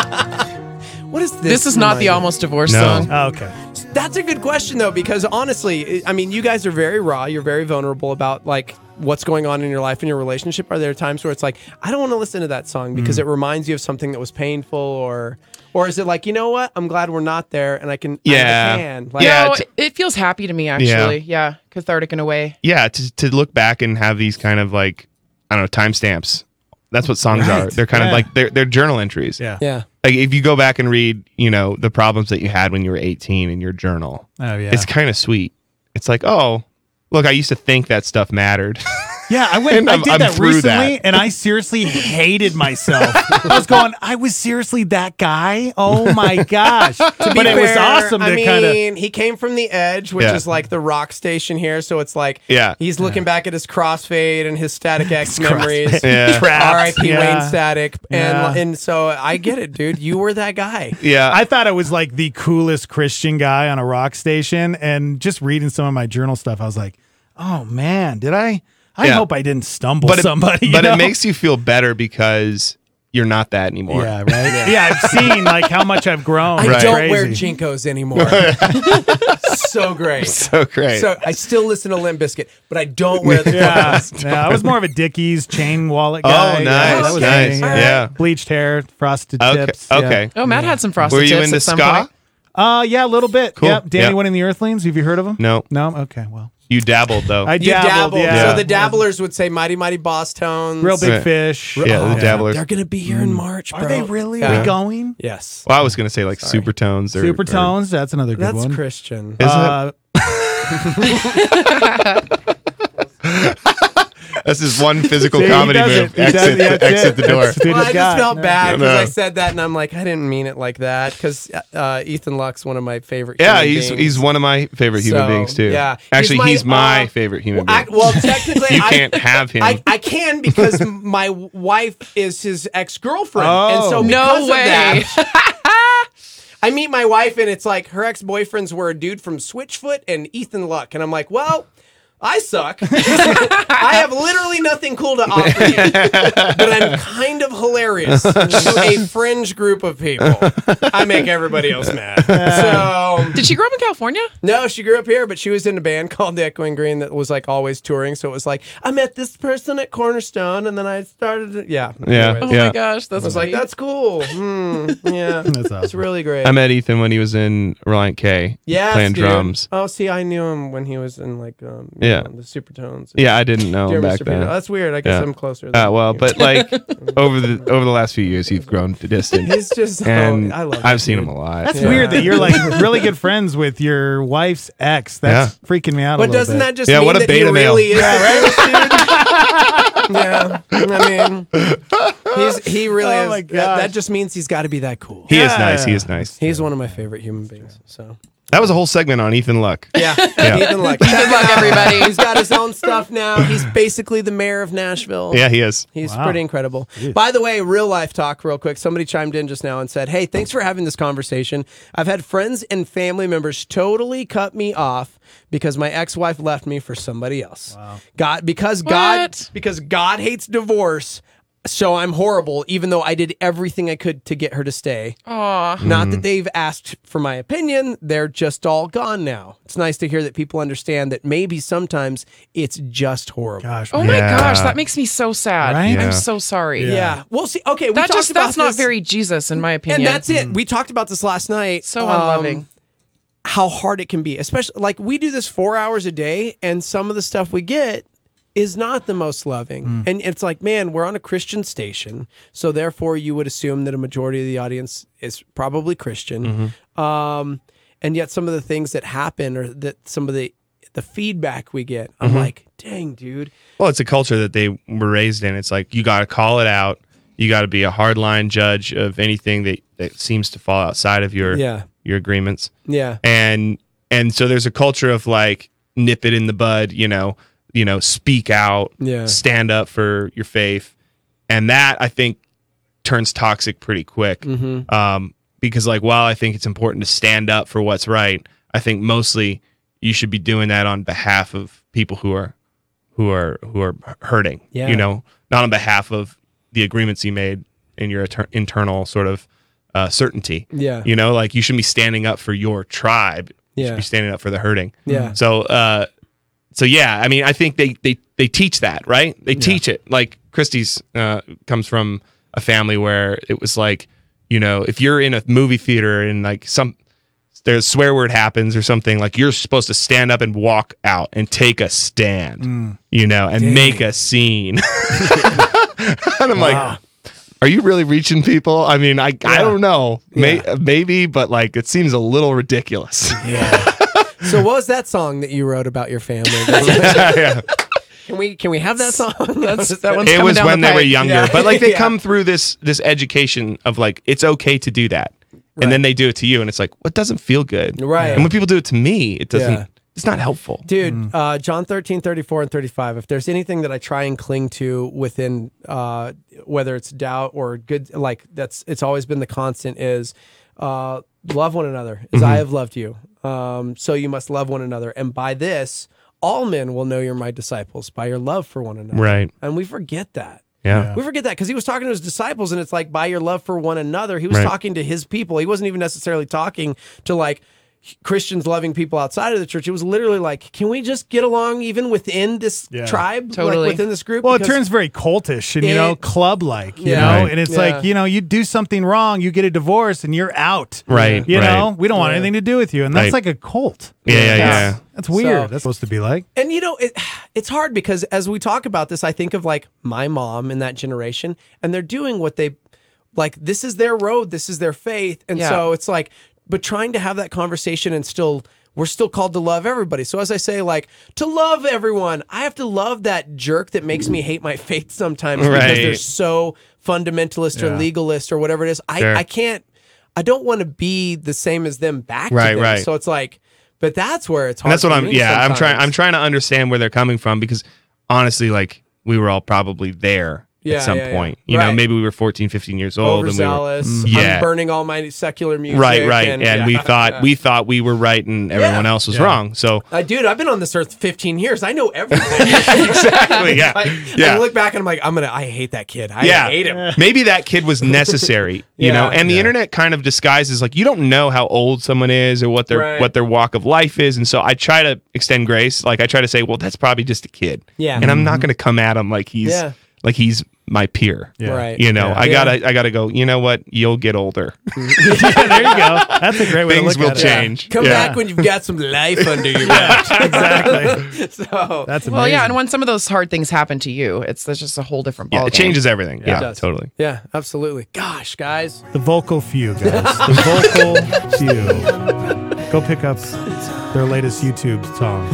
[SPEAKER 1] What is this?
[SPEAKER 4] This is not the
[SPEAKER 1] reminder?
[SPEAKER 4] almost divorced
[SPEAKER 3] No.
[SPEAKER 4] song.
[SPEAKER 2] Oh, okay.
[SPEAKER 1] That's a good question though, because honestly, I I mean, you guys are very raw. You're very vulnerable about like what's going on in your life and your relationship. Are there times where it's like, I don't want to listen to that
[SPEAKER 2] Mm.
[SPEAKER 1] song because it reminds you of something that was painful, or or is it like, you know what? I'm glad we're not there, and I can. I
[SPEAKER 3] Yeah.
[SPEAKER 1] can. Like,
[SPEAKER 3] Yeah,
[SPEAKER 4] no,
[SPEAKER 3] t-
[SPEAKER 4] it, Oh, it feels happy to me actually. Yeah. cathartic in a way.
[SPEAKER 3] yeah, to, to look back and have these kind of like, I don't know, timestamps. That's what songs are.
[SPEAKER 2] Right.
[SPEAKER 3] They're kind
[SPEAKER 2] Yeah.
[SPEAKER 3] of like they're they're journal entries.
[SPEAKER 2] Yeah.
[SPEAKER 1] Yeah.
[SPEAKER 3] Like if you go back and read, you know, the problems that you had when you were 18 in your journal,
[SPEAKER 2] Oh yeah.
[SPEAKER 3] it's kind of sweet. It's like, oh, look, I used to think that stuff mattered.
[SPEAKER 2] Yeah, I went.
[SPEAKER 3] And
[SPEAKER 2] I
[SPEAKER 3] I'm-
[SPEAKER 2] did
[SPEAKER 3] I'm
[SPEAKER 2] that
[SPEAKER 3] through
[SPEAKER 2] recently,
[SPEAKER 3] that.
[SPEAKER 2] and I seriously hated myself. I was going, I was seriously that guy. Oh my gosh!
[SPEAKER 1] To
[SPEAKER 2] but
[SPEAKER 1] be
[SPEAKER 2] it was
[SPEAKER 1] fair,
[SPEAKER 2] awesome to
[SPEAKER 1] I mean,
[SPEAKER 2] kind of.
[SPEAKER 1] he came from the edge, which
[SPEAKER 3] Yeah.
[SPEAKER 1] is like the rock station here. So it's like,
[SPEAKER 3] Yeah.
[SPEAKER 1] he's looking back at his crossfade and his Static X memories.
[SPEAKER 3] Yeah.
[SPEAKER 1] R.I.P.
[SPEAKER 2] Yeah.
[SPEAKER 1] Wayne Static,
[SPEAKER 2] Yeah.
[SPEAKER 1] and and so I get it, dude. You were that guy.
[SPEAKER 3] yeah,
[SPEAKER 2] I thought I was like the coolest Christian guy on a rock station, and just reading some of my journal stuff, I was like, "Oh man, did I? I
[SPEAKER 3] Yeah.
[SPEAKER 2] hope I didn't stumble
[SPEAKER 3] but
[SPEAKER 2] somebody."
[SPEAKER 3] It,
[SPEAKER 2] you
[SPEAKER 3] but
[SPEAKER 2] know?
[SPEAKER 3] it makes you feel better because you're not that anymore.
[SPEAKER 2] yeah, right. Yeah. I've seen like how much I've grown.
[SPEAKER 1] I
[SPEAKER 2] It's
[SPEAKER 1] don't
[SPEAKER 2] crazy.
[SPEAKER 1] wear jinkos anymore. so great.
[SPEAKER 3] So Oh, great.
[SPEAKER 1] So I still listen to Limp Bizkit, but I don't wear the
[SPEAKER 2] Yeah,
[SPEAKER 1] jinkos.
[SPEAKER 2] yeah, I was more of a Dickies chain wallet
[SPEAKER 3] oh,
[SPEAKER 2] guy.
[SPEAKER 3] nice,
[SPEAKER 2] that was
[SPEAKER 3] nice.
[SPEAKER 2] me.
[SPEAKER 1] All right.
[SPEAKER 3] Yeah.
[SPEAKER 2] bleached hair, frosted
[SPEAKER 3] Okay.
[SPEAKER 2] tips. yeah.
[SPEAKER 3] okay.
[SPEAKER 4] Oh, Matt had some frosted
[SPEAKER 3] Were you
[SPEAKER 4] tips
[SPEAKER 3] into
[SPEAKER 4] at some
[SPEAKER 3] ska?
[SPEAKER 4] point.
[SPEAKER 2] Uh, yeah, a little bit.
[SPEAKER 3] Cool.
[SPEAKER 2] Yep. Danny
[SPEAKER 3] Yeah.
[SPEAKER 2] Winning the Earthlings. Have you heard of them?
[SPEAKER 3] No,
[SPEAKER 2] No. Okay. Well,
[SPEAKER 3] you dabbled though.
[SPEAKER 2] I
[SPEAKER 1] You
[SPEAKER 2] dabbled.
[SPEAKER 1] dabble.
[SPEAKER 2] Yeah.
[SPEAKER 1] So the dabblers would say Mighty Mighty Boss Tones.
[SPEAKER 2] real big
[SPEAKER 3] Yeah.
[SPEAKER 2] fish.
[SPEAKER 3] yeah, the dabblers.
[SPEAKER 1] They're going to be here in March, bro.
[SPEAKER 2] Are they really? Are
[SPEAKER 1] Yeah.
[SPEAKER 2] we going?
[SPEAKER 1] Yes.
[SPEAKER 3] Well, I was gonna say like supertones or or-
[SPEAKER 2] Supertones. That's another good
[SPEAKER 1] That's
[SPEAKER 2] one.
[SPEAKER 1] Christian.
[SPEAKER 3] Is
[SPEAKER 2] Uh,
[SPEAKER 3] it? That's his one physical
[SPEAKER 2] see, he
[SPEAKER 3] comedy
[SPEAKER 2] does
[SPEAKER 3] move.
[SPEAKER 2] it. He does
[SPEAKER 3] Exit,
[SPEAKER 2] it. That's
[SPEAKER 3] the, exit
[SPEAKER 2] it.
[SPEAKER 3] the door.
[SPEAKER 2] That's the dude
[SPEAKER 1] Well, I
[SPEAKER 2] we've got.
[SPEAKER 1] just felt bad because
[SPEAKER 3] No.
[SPEAKER 1] I said that, and I'm like, I didn't mean it like that. Because uh, Ethan Luck's one of my favorite.
[SPEAKER 3] Yeah,
[SPEAKER 1] human
[SPEAKER 3] he's
[SPEAKER 1] beings.
[SPEAKER 3] he's one of my favorite human
[SPEAKER 1] So,
[SPEAKER 3] beings too.
[SPEAKER 1] yeah. He's
[SPEAKER 3] actually,
[SPEAKER 1] my,
[SPEAKER 3] he's my
[SPEAKER 1] uh,
[SPEAKER 3] favorite human
[SPEAKER 1] I,
[SPEAKER 3] being.
[SPEAKER 1] well, technically,
[SPEAKER 3] you
[SPEAKER 1] I-
[SPEAKER 3] can't have him.
[SPEAKER 1] I, I can because my w- wife is his ex girlfriend, and
[SPEAKER 2] Oh.
[SPEAKER 1] so because
[SPEAKER 4] No
[SPEAKER 1] of
[SPEAKER 4] way.
[SPEAKER 1] that, I meet my wife, and it's like her ex boyfriends were a dude from Switchfoot and Ethan Luck, and I'm like, well. I suck. I have literally nothing cool to offer you, but I'm kind of hilarious to a fringe group of people. I make everybody else mad. So
[SPEAKER 4] Did she grow up in California?
[SPEAKER 1] no, she grew up here, but she was in a band called the Echoing Green that was like always touring. So it was like I met this person at Cornerstone, and then I started. To, yeah,
[SPEAKER 3] Yeah.
[SPEAKER 1] Anyway,
[SPEAKER 4] Oh
[SPEAKER 3] Yeah.
[SPEAKER 4] my gosh, that's
[SPEAKER 1] I was like,
[SPEAKER 4] funny.
[SPEAKER 1] that's cool. Hmm, yeah,
[SPEAKER 2] That's
[SPEAKER 1] it's
[SPEAKER 2] awesome.
[SPEAKER 1] really great.
[SPEAKER 3] I met Ethan when he was in Reliant K.
[SPEAKER 1] Yes,
[SPEAKER 3] playing
[SPEAKER 1] dude.
[SPEAKER 3] drums.
[SPEAKER 1] Oh, see, I knew him when he was in like um, yeah
[SPEAKER 3] Yeah.
[SPEAKER 1] know, the Supertones.
[SPEAKER 3] Yeah, I didn't know
[SPEAKER 1] Dear
[SPEAKER 3] him back
[SPEAKER 1] Mr. Peter.
[SPEAKER 3] then.
[SPEAKER 1] That's weird. I guess
[SPEAKER 3] Yeah.
[SPEAKER 1] I'm closer. Than
[SPEAKER 3] Uh, well,
[SPEAKER 1] you.
[SPEAKER 3] but like over the over the last few years, you've grown to distance,
[SPEAKER 1] he's just.
[SPEAKER 3] and
[SPEAKER 1] oh, I love.
[SPEAKER 3] I've
[SPEAKER 1] that
[SPEAKER 3] seen
[SPEAKER 1] dude.
[SPEAKER 3] him a lot.
[SPEAKER 2] That's
[SPEAKER 1] Yeah.
[SPEAKER 2] weird that you're like really good friends with your wife's ex. That's freaking me out. a
[SPEAKER 1] But
[SPEAKER 2] little
[SPEAKER 1] doesn't
[SPEAKER 2] bit.
[SPEAKER 1] that just
[SPEAKER 3] Yeah,
[SPEAKER 1] mean
[SPEAKER 3] what a
[SPEAKER 1] that
[SPEAKER 3] beta
[SPEAKER 1] he
[SPEAKER 3] male.
[SPEAKER 1] really is? Yeah, yeah. I mean, he's he really
[SPEAKER 2] Oh
[SPEAKER 1] is.
[SPEAKER 2] my
[SPEAKER 1] that-
[SPEAKER 2] gosh.
[SPEAKER 1] That, just means he's got to be that cool.
[SPEAKER 3] He is nice. He is nice.
[SPEAKER 1] He's one of my favorite human beings. So
[SPEAKER 3] That was a whole segment on Ethan Luck.
[SPEAKER 1] yeah,
[SPEAKER 3] Yeah.
[SPEAKER 1] Ethan Luck.
[SPEAKER 4] Good luck, everybody.
[SPEAKER 1] He's got his own stuff now. He's basically the mayor of Nashville.
[SPEAKER 3] Yeah, he is.
[SPEAKER 1] He's
[SPEAKER 2] Wow.
[SPEAKER 1] pretty incredible. By the way, real life talk, real quick. Somebody chimed in just now and said, Hey, thanks for having this conversation. I've had friends and family members totally cut me off because my ex wife left me for somebody else. God because God
[SPEAKER 4] What?
[SPEAKER 1] because God hates divorce, so I'm horrible, even though I did everything I could to get her to stay.
[SPEAKER 4] Aw.
[SPEAKER 1] Not that they've asked for my opinion. They're just all gone now. It's nice to hear that people understand that maybe sometimes it's just horrible.
[SPEAKER 2] Gosh.
[SPEAKER 4] Oh
[SPEAKER 2] man.
[SPEAKER 4] my
[SPEAKER 3] Yeah.
[SPEAKER 4] gosh, that makes me so sad.
[SPEAKER 2] Right?
[SPEAKER 3] Yeah.
[SPEAKER 4] I'm so sorry.
[SPEAKER 1] Yeah. We'll see. Okay. We
[SPEAKER 4] That
[SPEAKER 1] talked
[SPEAKER 4] just
[SPEAKER 1] about
[SPEAKER 4] that's not
[SPEAKER 1] this,
[SPEAKER 4] very Jesus in my
[SPEAKER 1] And
[SPEAKER 4] opinion.
[SPEAKER 1] that's it. We talked about this last night.
[SPEAKER 4] so
[SPEAKER 1] um,
[SPEAKER 4] unloving.
[SPEAKER 1] How hard it can be, especially like we do this four hours a day, and some of the stuff we get is not the most loving. And it's like, man, we're on a Christian station, so therefore you would assume that a majority of the audience is probably Christian. Um, and yet some of the things that happen or that some of the the feedback we get, I'm like, dang, dude.
[SPEAKER 3] Well, it's a culture that they were raised in. It's like you got to call it out. You got to be a hardline judge of anything that, that seems to fall outside of your
[SPEAKER 1] Yeah.
[SPEAKER 3] your agreements.
[SPEAKER 1] Yeah.
[SPEAKER 3] And and so there's a culture of like nip it in the bud. You know, you know, speak out.
[SPEAKER 1] Yeah.
[SPEAKER 3] stand up for your faith, and that I think turns toxic pretty quick.
[SPEAKER 1] Mm-hmm.
[SPEAKER 3] Um, because like while I think it's important to stand up for what's right, I think mostly you should be doing that on behalf of people who are who are who are hurting.
[SPEAKER 1] Yeah.
[SPEAKER 3] You know, not on behalf of the agreements you made in your inter- internal sort of uh, certainty.
[SPEAKER 1] Yeah.
[SPEAKER 3] You know, like you should be standing up for your tribe. You
[SPEAKER 1] Yeah.
[SPEAKER 3] should be standing up for the hurting.
[SPEAKER 1] Yeah.
[SPEAKER 3] So uh so yeah, I mean I think they they they teach that, right? They teach it. Like Christie's uh comes from a family where it was like, you know, if you're in a movie theater and like some there's swear word happens or something like you're supposed to stand up and walk out and take a stand, you know, and make a scene. and I'm like, are you really reaching people? I mean, I I don't know, May, maybe, but like it seems a little ridiculous.
[SPEAKER 1] So what was that song that you wrote about your family?
[SPEAKER 3] Yeah.
[SPEAKER 1] can we can we have that song? That's
[SPEAKER 4] that one's
[SPEAKER 3] it
[SPEAKER 4] coming
[SPEAKER 3] was
[SPEAKER 4] down
[SPEAKER 3] when
[SPEAKER 4] the
[SPEAKER 3] they were
[SPEAKER 4] pike.
[SPEAKER 3] younger
[SPEAKER 1] Yeah.
[SPEAKER 3] but like they
[SPEAKER 1] Yeah.
[SPEAKER 3] come through this this education of like it's okay to do that and then they do it to you and it's like what doesn't feel good
[SPEAKER 1] Right.
[SPEAKER 3] and when people do it to me it doesn't
[SPEAKER 1] Yeah.
[SPEAKER 3] it's not helpful
[SPEAKER 1] Dude, uh, John 13, 34, and 35. If there's anything that I try and cling to within, uh, whether it's doubt or good, like that's, it's always been the constant is uh, love one another as I have loved you. Um, so you must love one another. And by this, all men will know you're my disciples by your love for one another.
[SPEAKER 3] Right.
[SPEAKER 1] And we forget that.
[SPEAKER 3] yeah
[SPEAKER 1] We forget that because he was talking to his disciples, and it's like by your love for one another. He was
[SPEAKER 3] Right.
[SPEAKER 1] talking to his people. He wasn't even necessarily talking to like Christians loving people outside of the church. It was literally like, can we just get along even within this
[SPEAKER 2] Yeah.
[SPEAKER 1] tribe,
[SPEAKER 4] Totally.
[SPEAKER 1] like, within this group?
[SPEAKER 2] Well, it
[SPEAKER 1] Because-
[SPEAKER 2] turns very cultish and you know
[SPEAKER 1] It-
[SPEAKER 2] club like, you
[SPEAKER 1] Yeah.
[SPEAKER 2] know,
[SPEAKER 3] Right.
[SPEAKER 2] and it's
[SPEAKER 1] Yeah.
[SPEAKER 2] like you know you do something wrong, you get a divorce, and you're out.
[SPEAKER 3] Right,
[SPEAKER 2] You
[SPEAKER 3] right.
[SPEAKER 2] know, we don't want anything to do with you, and that's
[SPEAKER 3] Right.
[SPEAKER 2] like a cult.
[SPEAKER 3] Yeah, yeah,
[SPEAKER 2] That's-
[SPEAKER 3] yeah.
[SPEAKER 2] That's weird.
[SPEAKER 1] So-
[SPEAKER 2] that's supposed to be like.
[SPEAKER 1] And you know, it, it's hard because as we talk about this, I think of like my mom in that generation, and they're doing what they like. This is their road. This is their faith, and
[SPEAKER 4] Yeah.
[SPEAKER 1] so it's like, but trying to have that conversation and still. We're still called to love everybody. So as I say, like to love everyone, I have to love that jerk that makes me hate my faith sometimes because
[SPEAKER 3] Right.
[SPEAKER 1] they're so fundamentalist or
[SPEAKER 2] Yeah.
[SPEAKER 1] legalist or whatever it is. I,
[SPEAKER 3] Sure.
[SPEAKER 1] I can't. I don't want to be the same as them back.
[SPEAKER 3] Right,
[SPEAKER 1] to them.
[SPEAKER 3] right.
[SPEAKER 1] So it's like, but that's where it's hard.
[SPEAKER 3] and that's what
[SPEAKER 1] for
[SPEAKER 3] i'm
[SPEAKER 1] me
[SPEAKER 3] yeah i'm trying
[SPEAKER 1] sometimes.
[SPEAKER 3] i'm trying to understand where they're coming from because honestly like we were all probably there
[SPEAKER 1] Yeah,
[SPEAKER 3] at some
[SPEAKER 1] yeah, yeah.
[SPEAKER 3] point you know
[SPEAKER 1] Right.
[SPEAKER 3] maybe we were 14 15 years old and we were
[SPEAKER 1] overzealous.
[SPEAKER 3] Mm. yeah.
[SPEAKER 1] I'm burning all my secular music.
[SPEAKER 3] right right and,
[SPEAKER 1] yeah.
[SPEAKER 3] we thought we thought we were right and everyone else was wrong so
[SPEAKER 1] Uh, dude, I've been on this earth 15 years. I know everything.
[SPEAKER 3] exactly yeah
[SPEAKER 1] like,
[SPEAKER 3] yeah
[SPEAKER 1] I look back and I'm like, I'm gonna. I hate that kid. I hate him.
[SPEAKER 3] Maybe that kid was necessary, you
[SPEAKER 1] Yeah.
[SPEAKER 3] know. And the internet kind of disguises like you don't know how old someone is or what their
[SPEAKER 1] Right.
[SPEAKER 3] what their walk of life is, and so I try to extend grace. Like I try to say, well, that's probably just a kid,
[SPEAKER 1] Yeah.
[SPEAKER 3] And I'm
[SPEAKER 2] Mm-hmm.
[SPEAKER 3] not going to come at him like he's
[SPEAKER 1] Yeah.
[SPEAKER 3] like he's my peer,
[SPEAKER 2] Yeah.
[SPEAKER 1] Right.
[SPEAKER 3] You know,
[SPEAKER 2] Yeah.
[SPEAKER 3] I gotta I gotta go. You know what? You'll get older.
[SPEAKER 2] yeah, there you go. That's a great way
[SPEAKER 3] Things
[SPEAKER 2] to look
[SPEAKER 3] will
[SPEAKER 2] at it.
[SPEAKER 3] change.
[SPEAKER 1] Come
[SPEAKER 3] Yeah.
[SPEAKER 1] back when you've got some life under your belt.
[SPEAKER 2] exactly.
[SPEAKER 1] so
[SPEAKER 2] That's amazing.
[SPEAKER 4] Well, yeah, and when some of those hard things happen to you, it's that's just a whole different
[SPEAKER 3] Yeah,
[SPEAKER 4] ballgame.
[SPEAKER 3] it changes everything. Yeah,
[SPEAKER 1] does.
[SPEAKER 3] totally.
[SPEAKER 1] yeah, absolutely. Gosh, guys.
[SPEAKER 2] the vocal few guys. The vocal few. Go pick up their latest YouTube song.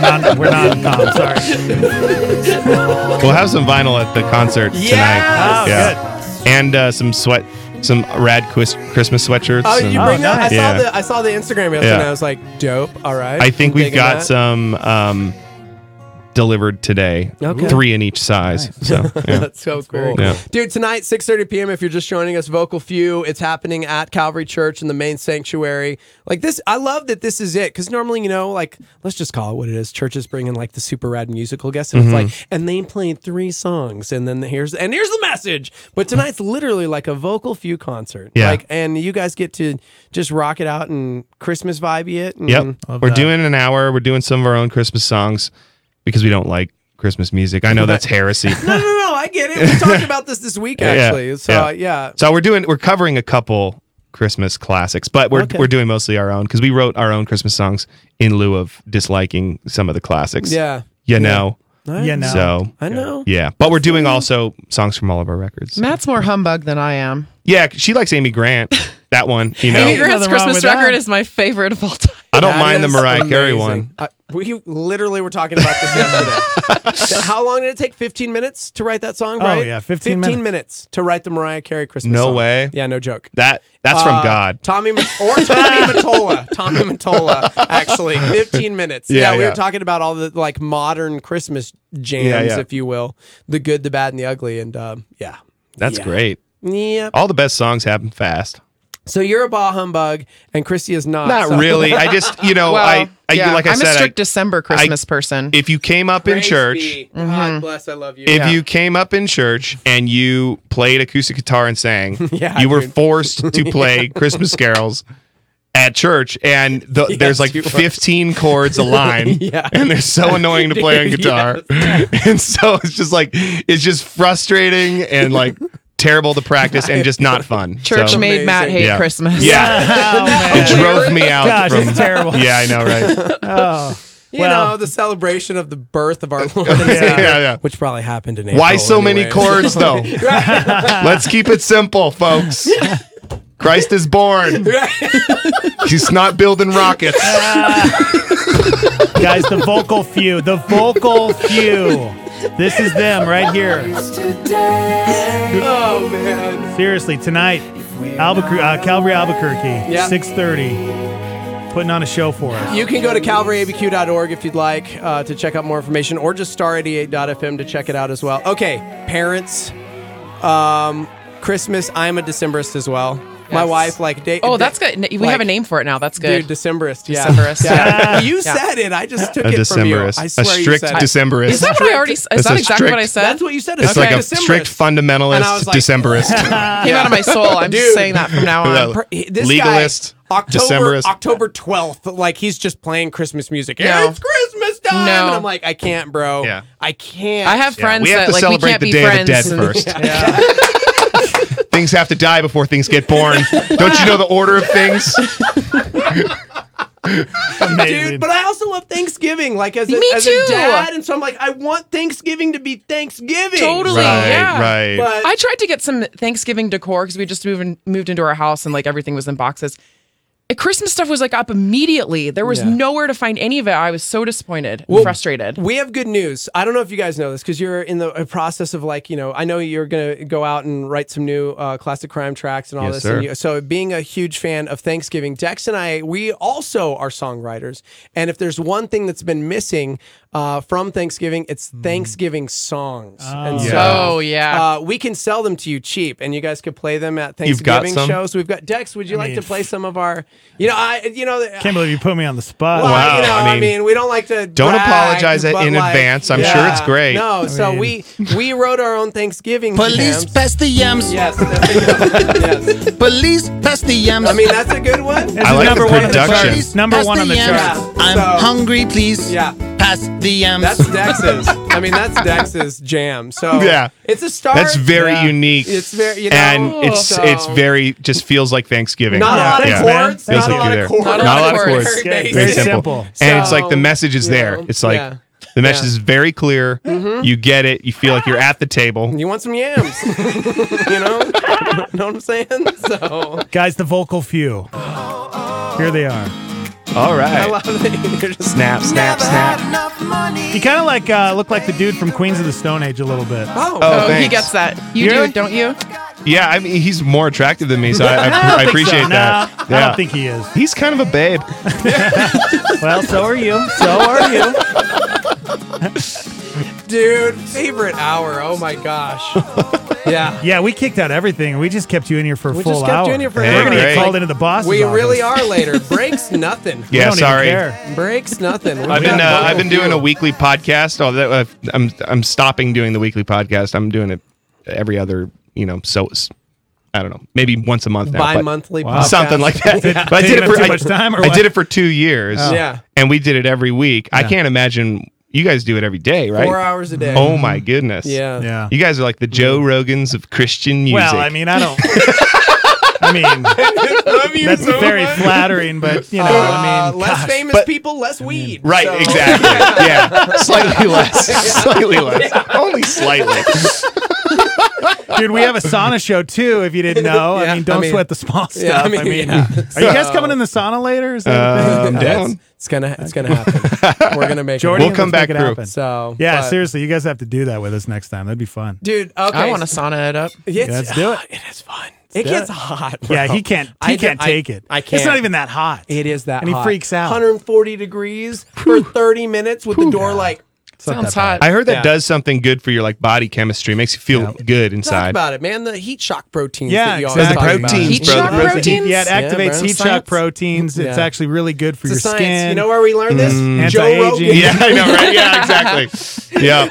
[SPEAKER 2] Not- we're not Tom. Sorry.
[SPEAKER 3] We'll have some vinyl at the concert tonight.
[SPEAKER 2] Oh,
[SPEAKER 3] and uh, some sweat, some rad quis- Christmas sweatshirts.
[SPEAKER 1] Oh,
[SPEAKER 3] and-
[SPEAKER 1] you bring that? I
[SPEAKER 2] nice.
[SPEAKER 1] saw
[SPEAKER 3] Yeah.
[SPEAKER 1] the I saw the Instagram yesterday.
[SPEAKER 3] Yeah.
[SPEAKER 1] And I was like, dope. All right.
[SPEAKER 3] I think
[SPEAKER 1] I'm
[SPEAKER 3] we've
[SPEAKER 1] digging
[SPEAKER 3] got
[SPEAKER 1] that.
[SPEAKER 3] some um, delivered today.
[SPEAKER 1] Okay.
[SPEAKER 3] Three in each size. So yeah.
[SPEAKER 1] That's so
[SPEAKER 2] very
[SPEAKER 1] cool.
[SPEAKER 3] cool. Yeah.
[SPEAKER 1] Dude, tonight, 6.30 p.m., if you're just joining us, Vocal Few, it's happening at Calvary Church in the main sanctuary. Like this, I love that this is it because normally, you know, like, let's just call it what it is. Churches bring in like the super rad musical guests and
[SPEAKER 3] Mm-hmm.
[SPEAKER 1] it's like, and they played three songs and then here's, and here's the message. But tonight's literally like a Vocal Few concert.
[SPEAKER 3] Yeah.
[SPEAKER 1] Like, and you guys get to just rock it out and Christmas vibe it. And,
[SPEAKER 3] yep.
[SPEAKER 2] Love
[SPEAKER 3] We're
[SPEAKER 2] that.
[SPEAKER 3] doing an hour. We're doing some of our own Christmas songs because we don't like Christmas music. I know that's heresy.
[SPEAKER 1] No, no, no, I get it. We talked about this this week, actually. so, yeah. yeah.
[SPEAKER 3] So we're doing we're covering a couple Christmas classics, but we're
[SPEAKER 1] Okay.
[SPEAKER 3] we're doing mostly our own because we wrote our own Christmas songs in lieu of disliking some of the classics.
[SPEAKER 1] Yeah.
[SPEAKER 3] You know.
[SPEAKER 2] Yeah, no.
[SPEAKER 3] So
[SPEAKER 1] I know.
[SPEAKER 3] yeah. But we're doing also songs from all of our records.
[SPEAKER 4] Matt's more humbug than I am.
[SPEAKER 3] Yeah, she likes Amy Grant. That one, you know.
[SPEAKER 4] Amy
[SPEAKER 2] Nothing
[SPEAKER 4] Grant's
[SPEAKER 2] wrong
[SPEAKER 4] Christmas
[SPEAKER 2] with that.
[SPEAKER 4] record is my favorite of all time.
[SPEAKER 3] I don't
[SPEAKER 1] That
[SPEAKER 3] mind the
[SPEAKER 1] is
[SPEAKER 3] Mariah Carey
[SPEAKER 1] amazing.
[SPEAKER 3] one.
[SPEAKER 1] Uh, we literally were talking about this yesterday. So How long did it take? 15 minutes to write that song,
[SPEAKER 2] Oh,
[SPEAKER 1] right?
[SPEAKER 2] yeah, 15
[SPEAKER 1] minutes.
[SPEAKER 2] minutes.
[SPEAKER 1] to write the Mariah Carey Christmas
[SPEAKER 3] No
[SPEAKER 1] song.
[SPEAKER 3] way.
[SPEAKER 1] Yeah, no joke.
[SPEAKER 3] That that's from
[SPEAKER 1] Uh,
[SPEAKER 3] God.
[SPEAKER 1] Tommy Ma- or Tommy Matola. Tommy Matola, actually, fifteen minutes. Yeah,
[SPEAKER 3] Yeah,
[SPEAKER 1] we
[SPEAKER 3] yeah.
[SPEAKER 1] were talking about all the like modern Christmas jams,
[SPEAKER 3] Yeah, yeah.
[SPEAKER 1] if you will, the good, the bad, and the ugly, and um, yeah,
[SPEAKER 3] That's
[SPEAKER 1] yeah.
[SPEAKER 3] great.
[SPEAKER 1] Yep.
[SPEAKER 3] All the best songs happen fast.
[SPEAKER 1] So you're a bah humbug, and Christy is not.
[SPEAKER 3] Not
[SPEAKER 1] so-
[SPEAKER 3] really. I just, you know,
[SPEAKER 4] Well,
[SPEAKER 3] Oh, I, I
[SPEAKER 4] yeah,
[SPEAKER 3] like I
[SPEAKER 4] am
[SPEAKER 3] said,
[SPEAKER 4] a
[SPEAKER 3] I-
[SPEAKER 4] strict December Christmas person.
[SPEAKER 3] if you came up in
[SPEAKER 1] Praise
[SPEAKER 3] church,
[SPEAKER 1] be.
[SPEAKER 2] Mm-hmm.
[SPEAKER 1] God bless. I love you.
[SPEAKER 3] if you came up in church and you played acoustic guitar and sang,
[SPEAKER 1] Yeah,
[SPEAKER 3] you were
[SPEAKER 1] dude.
[SPEAKER 3] forced to play Christmas carols at church. And the,
[SPEAKER 1] Yes,
[SPEAKER 3] there's like
[SPEAKER 1] you were.
[SPEAKER 3] 15 chords a line,
[SPEAKER 1] Yeah.
[SPEAKER 3] and they're so annoying to play on
[SPEAKER 1] Dude,
[SPEAKER 3] guitar. And so it's just like it's just frustrating and like terrible to practice and just not fun.
[SPEAKER 4] Church
[SPEAKER 3] so,
[SPEAKER 1] ma-
[SPEAKER 4] made Matt
[SPEAKER 1] amazing.
[SPEAKER 4] hate
[SPEAKER 3] Yeah.
[SPEAKER 4] Christmas.
[SPEAKER 3] yeah, it drove me out.
[SPEAKER 2] Oh, Gosh,
[SPEAKER 3] from,
[SPEAKER 2] it's terrible.
[SPEAKER 3] Yeah, I know, right?
[SPEAKER 2] Oh,
[SPEAKER 1] You
[SPEAKER 2] well-
[SPEAKER 1] know the celebration of the birth of our Lord, and
[SPEAKER 3] yeah,
[SPEAKER 1] Savior,
[SPEAKER 3] yeah.
[SPEAKER 1] which probably happened in April.
[SPEAKER 3] Why so many
[SPEAKER 1] anyway.
[SPEAKER 3] chords though? Let's keep it simple, folks. Christ is born. He's not building rockets.
[SPEAKER 2] guys, the vocal few, the vocal few. This is them right here.
[SPEAKER 1] oh man.
[SPEAKER 2] Seriously, tonight, Albuquerque, uh, Calvary Albuquerque,
[SPEAKER 1] Yeah.
[SPEAKER 2] six thirty, putting on a show for us.
[SPEAKER 1] You can go to calvaryabq.org if you'd like uh, to check out more information, or just star88.fm to check it out as well. Okay, parents, um, Christmas. I'm a Decemberist as well. My
[SPEAKER 4] Yes.
[SPEAKER 1] wife, like, day,
[SPEAKER 4] Oh, that's good. We
[SPEAKER 1] Like-
[SPEAKER 4] have a name for it now. That's good.
[SPEAKER 1] Dude, Decemberist. Yeah.
[SPEAKER 4] Decemberist.
[SPEAKER 1] Yeah. you
[SPEAKER 4] Yeah.
[SPEAKER 1] said it. I just took
[SPEAKER 3] A
[SPEAKER 1] it from you.
[SPEAKER 3] Decemberist.
[SPEAKER 1] I
[SPEAKER 3] A
[SPEAKER 1] swear
[SPEAKER 3] strict
[SPEAKER 1] you said it.
[SPEAKER 3] Decemberist.
[SPEAKER 4] Is that what I already? Is
[SPEAKER 3] It's a
[SPEAKER 4] that exactly what I
[SPEAKER 3] strict-
[SPEAKER 4] said?
[SPEAKER 1] That's what you said.
[SPEAKER 3] It's
[SPEAKER 1] Okay.
[SPEAKER 3] like a
[SPEAKER 1] Decemberist.
[SPEAKER 3] strict
[SPEAKER 1] And I was
[SPEAKER 3] fundamentalist
[SPEAKER 1] like-
[SPEAKER 3] Decemberist.
[SPEAKER 4] came out of my soul. I'm
[SPEAKER 1] Dude.
[SPEAKER 4] just saying that from now on.
[SPEAKER 1] Per- he- this
[SPEAKER 3] Legalist,
[SPEAKER 1] guy, October,
[SPEAKER 3] Decemberist.
[SPEAKER 1] October 12th, like he's just playing Christmas music.
[SPEAKER 4] No.
[SPEAKER 1] It's Christmas time.
[SPEAKER 4] No.
[SPEAKER 1] And I'm like, I can't, bro.
[SPEAKER 3] Yeah.
[SPEAKER 1] I can't.
[SPEAKER 4] I have friends
[SPEAKER 3] we have
[SPEAKER 4] that
[SPEAKER 3] to
[SPEAKER 4] like we
[SPEAKER 3] celebrate
[SPEAKER 4] can't
[SPEAKER 3] the
[SPEAKER 4] be
[SPEAKER 3] Day
[SPEAKER 4] friends.
[SPEAKER 3] of the Dead first.
[SPEAKER 1] Yeah.
[SPEAKER 3] things have to die before things get born. Don't you know the order of things?
[SPEAKER 1] Dude, but I also love Thanksgiving. Like as a,
[SPEAKER 4] Me
[SPEAKER 1] as
[SPEAKER 4] too.
[SPEAKER 1] a dad, and so I'm like, I want Thanksgiving to be Thanksgiving.
[SPEAKER 4] Totally.
[SPEAKER 3] right,
[SPEAKER 4] yeah.
[SPEAKER 3] right.
[SPEAKER 1] But
[SPEAKER 4] I tried to get some Thanksgiving decor because we just moved, in, moved into our house and like everything was in boxes. Uh, Christmas stuff was like up immediately. There was
[SPEAKER 1] Yeah.
[SPEAKER 4] nowhere to find any of it. I was so disappointed, and frustrated.
[SPEAKER 1] We have good news. I don't know if you guys know this because you're in the uh, process of like, you know, I know you're going to go out and write some new uh, classic crime tracks and all
[SPEAKER 3] Yes,
[SPEAKER 1] this.
[SPEAKER 3] sir.
[SPEAKER 1] And you, so, being a huge fan of Thanksgiving, Dex and I, we also are songwriters. And if there's one thing that's been missing uh, from Thanksgiving, it's Thanksgiving songs. And
[SPEAKER 3] Hmm. Yeah.
[SPEAKER 4] Oh yeah.
[SPEAKER 1] Uh, we can sell them to you cheap, and you guys could play them at
[SPEAKER 3] You've got
[SPEAKER 1] Thanksgiving
[SPEAKER 3] some?
[SPEAKER 1] shows. We've got Dex. Would you like
[SPEAKER 2] mean,
[SPEAKER 1] to play some of our? You know, I you know
[SPEAKER 2] Can't believe you put me on the spot.
[SPEAKER 1] well,
[SPEAKER 3] Wow.
[SPEAKER 1] You know, I mean,
[SPEAKER 3] I mean,
[SPEAKER 1] we don't like to
[SPEAKER 3] don't
[SPEAKER 1] brag,
[SPEAKER 3] apologize in
[SPEAKER 1] but, like,
[SPEAKER 3] advance. I'm sure it's great.
[SPEAKER 1] No, so we we wrote our own Thanksgiving.
[SPEAKER 6] Police
[SPEAKER 1] jams.
[SPEAKER 6] pass the yams.
[SPEAKER 1] Yes, that's a good one. yes.
[SPEAKER 6] Police pass the yams.
[SPEAKER 1] I mean, that's a good one.
[SPEAKER 2] This
[SPEAKER 3] I
[SPEAKER 2] is
[SPEAKER 3] like the
[SPEAKER 2] number one on the
[SPEAKER 3] production.
[SPEAKER 2] charts. Number
[SPEAKER 6] pass
[SPEAKER 2] one
[SPEAKER 6] the
[SPEAKER 2] on the
[SPEAKER 6] yams.
[SPEAKER 2] charts.
[SPEAKER 1] charts.
[SPEAKER 6] I'm
[SPEAKER 1] So-
[SPEAKER 6] hungry, please.
[SPEAKER 1] Yeah.
[SPEAKER 6] Pass the yams.
[SPEAKER 1] That's Dex's. I mean, that's Dex's jam. So
[SPEAKER 3] Yeah.
[SPEAKER 1] it's a start.
[SPEAKER 3] That's very unique.
[SPEAKER 1] It's very- you
[SPEAKER 3] and
[SPEAKER 1] know,
[SPEAKER 3] it's
[SPEAKER 1] so-
[SPEAKER 3] it's very just feels like Thanksgiving.
[SPEAKER 1] Not a lot of
[SPEAKER 2] Yeah.
[SPEAKER 1] chords.
[SPEAKER 3] Feels
[SPEAKER 1] Not a
[SPEAKER 3] like
[SPEAKER 1] lot
[SPEAKER 3] you're
[SPEAKER 1] of
[SPEAKER 3] there.
[SPEAKER 1] chords.
[SPEAKER 4] Not a lot of chords.
[SPEAKER 1] Very
[SPEAKER 2] Good.
[SPEAKER 1] basic.
[SPEAKER 3] very
[SPEAKER 2] Very
[SPEAKER 3] simple.
[SPEAKER 2] simple.
[SPEAKER 3] And it's like
[SPEAKER 1] So,
[SPEAKER 3] the message is
[SPEAKER 1] you
[SPEAKER 3] there.
[SPEAKER 1] know,
[SPEAKER 3] It's like
[SPEAKER 1] yeah.
[SPEAKER 3] the message
[SPEAKER 1] Yeah.
[SPEAKER 3] is very clear. You get it. You feel like you're at the table.
[SPEAKER 1] You want some yams? you know? know what I'm saying? So
[SPEAKER 2] Guys, the vocal few. Here they are.
[SPEAKER 3] All
[SPEAKER 1] I
[SPEAKER 3] right.
[SPEAKER 1] love that you're just
[SPEAKER 3] Snap, snap, snap.
[SPEAKER 2] You kind of like uh, look like the dude from Queens of the Stone Age a little bit.
[SPEAKER 1] Oh,
[SPEAKER 4] oh, he
[SPEAKER 3] thanks.
[SPEAKER 4] gets that. You
[SPEAKER 2] You're-
[SPEAKER 4] do, don't you?
[SPEAKER 3] Yeah, I mean he's more attractive than me, so I, I, I
[SPEAKER 2] think
[SPEAKER 3] appreciate
[SPEAKER 2] so.
[SPEAKER 3] that.
[SPEAKER 2] No,
[SPEAKER 3] yeah.
[SPEAKER 2] I don't think he is.
[SPEAKER 3] he's kind of a babe.
[SPEAKER 2] Well, so are you. So are you.
[SPEAKER 1] dude, favorite hour. Oh my gosh. Yeah.
[SPEAKER 2] Yeah, we kicked out everything. We just kept you in here for a
[SPEAKER 1] We
[SPEAKER 2] full
[SPEAKER 1] just kept
[SPEAKER 2] hour.
[SPEAKER 1] you in here for
[SPEAKER 3] Hey,
[SPEAKER 2] We're gonna
[SPEAKER 3] great.
[SPEAKER 2] get called into the boss's
[SPEAKER 1] We really
[SPEAKER 2] office.
[SPEAKER 1] are later. Breaks nothing.
[SPEAKER 2] We
[SPEAKER 3] Yeah,
[SPEAKER 2] don't even
[SPEAKER 3] sorry.
[SPEAKER 2] care.
[SPEAKER 1] Breaks nothing.
[SPEAKER 3] I've
[SPEAKER 1] We've
[SPEAKER 3] been uh,
[SPEAKER 1] got
[SPEAKER 3] I've been
[SPEAKER 1] vocal
[SPEAKER 3] doing a
[SPEAKER 1] few.
[SPEAKER 3] weekly podcast. Oh, that, uh, I'm I'm stopping doing the weekly podcast. I'm doing it every other you know so I don't know maybe once a month now. but-
[SPEAKER 1] bi-monthly podcast.
[SPEAKER 3] something like that. But I
[SPEAKER 2] Taking
[SPEAKER 3] did it
[SPEAKER 2] up
[SPEAKER 3] for
[SPEAKER 2] too
[SPEAKER 3] I-
[SPEAKER 2] much time or
[SPEAKER 3] I
[SPEAKER 2] what? Oh.
[SPEAKER 3] did it for two years.
[SPEAKER 1] Yeah.
[SPEAKER 3] and we did it every week. I can't imagine you guys do it every day, right?
[SPEAKER 1] Four hours a day.
[SPEAKER 3] Oh my goodness.
[SPEAKER 1] Yeah.
[SPEAKER 2] Yeah. Mm-hmm.
[SPEAKER 3] You guys are like the Joe Rogans of Christian music.
[SPEAKER 2] Well, I mean, I don't. I mean, that's very flattering, but you know, I
[SPEAKER 1] Uh,
[SPEAKER 2] mean,
[SPEAKER 1] less
[SPEAKER 2] gosh.
[SPEAKER 1] famous
[SPEAKER 3] but-
[SPEAKER 1] people, less weed.
[SPEAKER 3] Right,
[SPEAKER 1] So- um,
[SPEAKER 3] exactly. Yeah, slightly less, slightly less, only slightly.
[SPEAKER 2] dude, we have a sauna show too. If you didn't know,
[SPEAKER 1] Uh, Yeah,
[SPEAKER 2] I mean, don't
[SPEAKER 1] I mean-
[SPEAKER 2] sweat the small stuff.
[SPEAKER 1] Yeah, I mean, yeah.
[SPEAKER 2] are you guys coming in the sauna later? Is that a thing?
[SPEAKER 3] Um,
[SPEAKER 1] That's, it's gonna it's gonna happen. We're gonna make
[SPEAKER 2] Jordan,
[SPEAKER 1] it.
[SPEAKER 3] We'll come
[SPEAKER 2] let's make
[SPEAKER 3] back
[SPEAKER 2] it
[SPEAKER 3] through.
[SPEAKER 2] happen.
[SPEAKER 1] So
[SPEAKER 2] yeah,
[SPEAKER 1] but-
[SPEAKER 2] seriously, you guys have to do that with us next time. That'd be fun.
[SPEAKER 1] dude. Okay,
[SPEAKER 4] I want to sauna it up.
[SPEAKER 1] It's, ah,
[SPEAKER 2] Let's do it.
[SPEAKER 1] It is fun. It gets hot. bro.
[SPEAKER 2] Yeah, he can't. He
[SPEAKER 1] I
[SPEAKER 2] can't
[SPEAKER 1] I-
[SPEAKER 2] take it.
[SPEAKER 1] I can't.
[SPEAKER 2] It's not even that hot.
[SPEAKER 1] It is that.
[SPEAKER 2] And he
[SPEAKER 1] hot.
[SPEAKER 2] freaks out.
[SPEAKER 1] 140 degrees for 30 minutes with the door like
[SPEAKER 2] not
[SPEAKER 4] Sounds
[SPEAKER 2] that bad.
[SPEAKER 4] hot.
[SPEAKER 3] I heard that
[SPEAKER 1] Yeah.
[SPEAKER 3] does something good for your like body chemistry. Makes you feel good
[SPEAKER 1] Talk
[SPEAKER 3] inside.
[SPEAKER 1] about it, man. The heat shock proteins.
[SPEAKER 2] Yeah,
[SPEAKER 1] that you always
[SPEAKER 2] exactly.
[SPEAKER 1] talk about.
[SPEAKER 3] Proteins,
[SPEAKER 4] Heat
[SPEAKER 3] bro.
[SPEAKER 4] shock
[SPEAKER 3] The protein-
[SPEAKER 4] proteins?
[SPEAKER 2] Yeah, it
[SPEAKER 1] Yeah, bro.
[SPEAKER 2] activates heat shock
[SPEAKER 4] Science.
[SPEAKER 2] proteins. It's
[SPEAKER 1] Yeah.
[SPEAKER 2] actually really good for
[SPEAKER 1] It's a
[SPEAKER 2] your
[SPEAKER 1] science.
[SPEAKER 2] skin. Mm.
[SPEAKER 1] You know where we learned this? Joe
[SPEAKER 2] Anti-aging.
[SPEAKER 1] Rogan.
[SPEAKER 3] yeah, I know, right? Yeah, exactly. Yeah,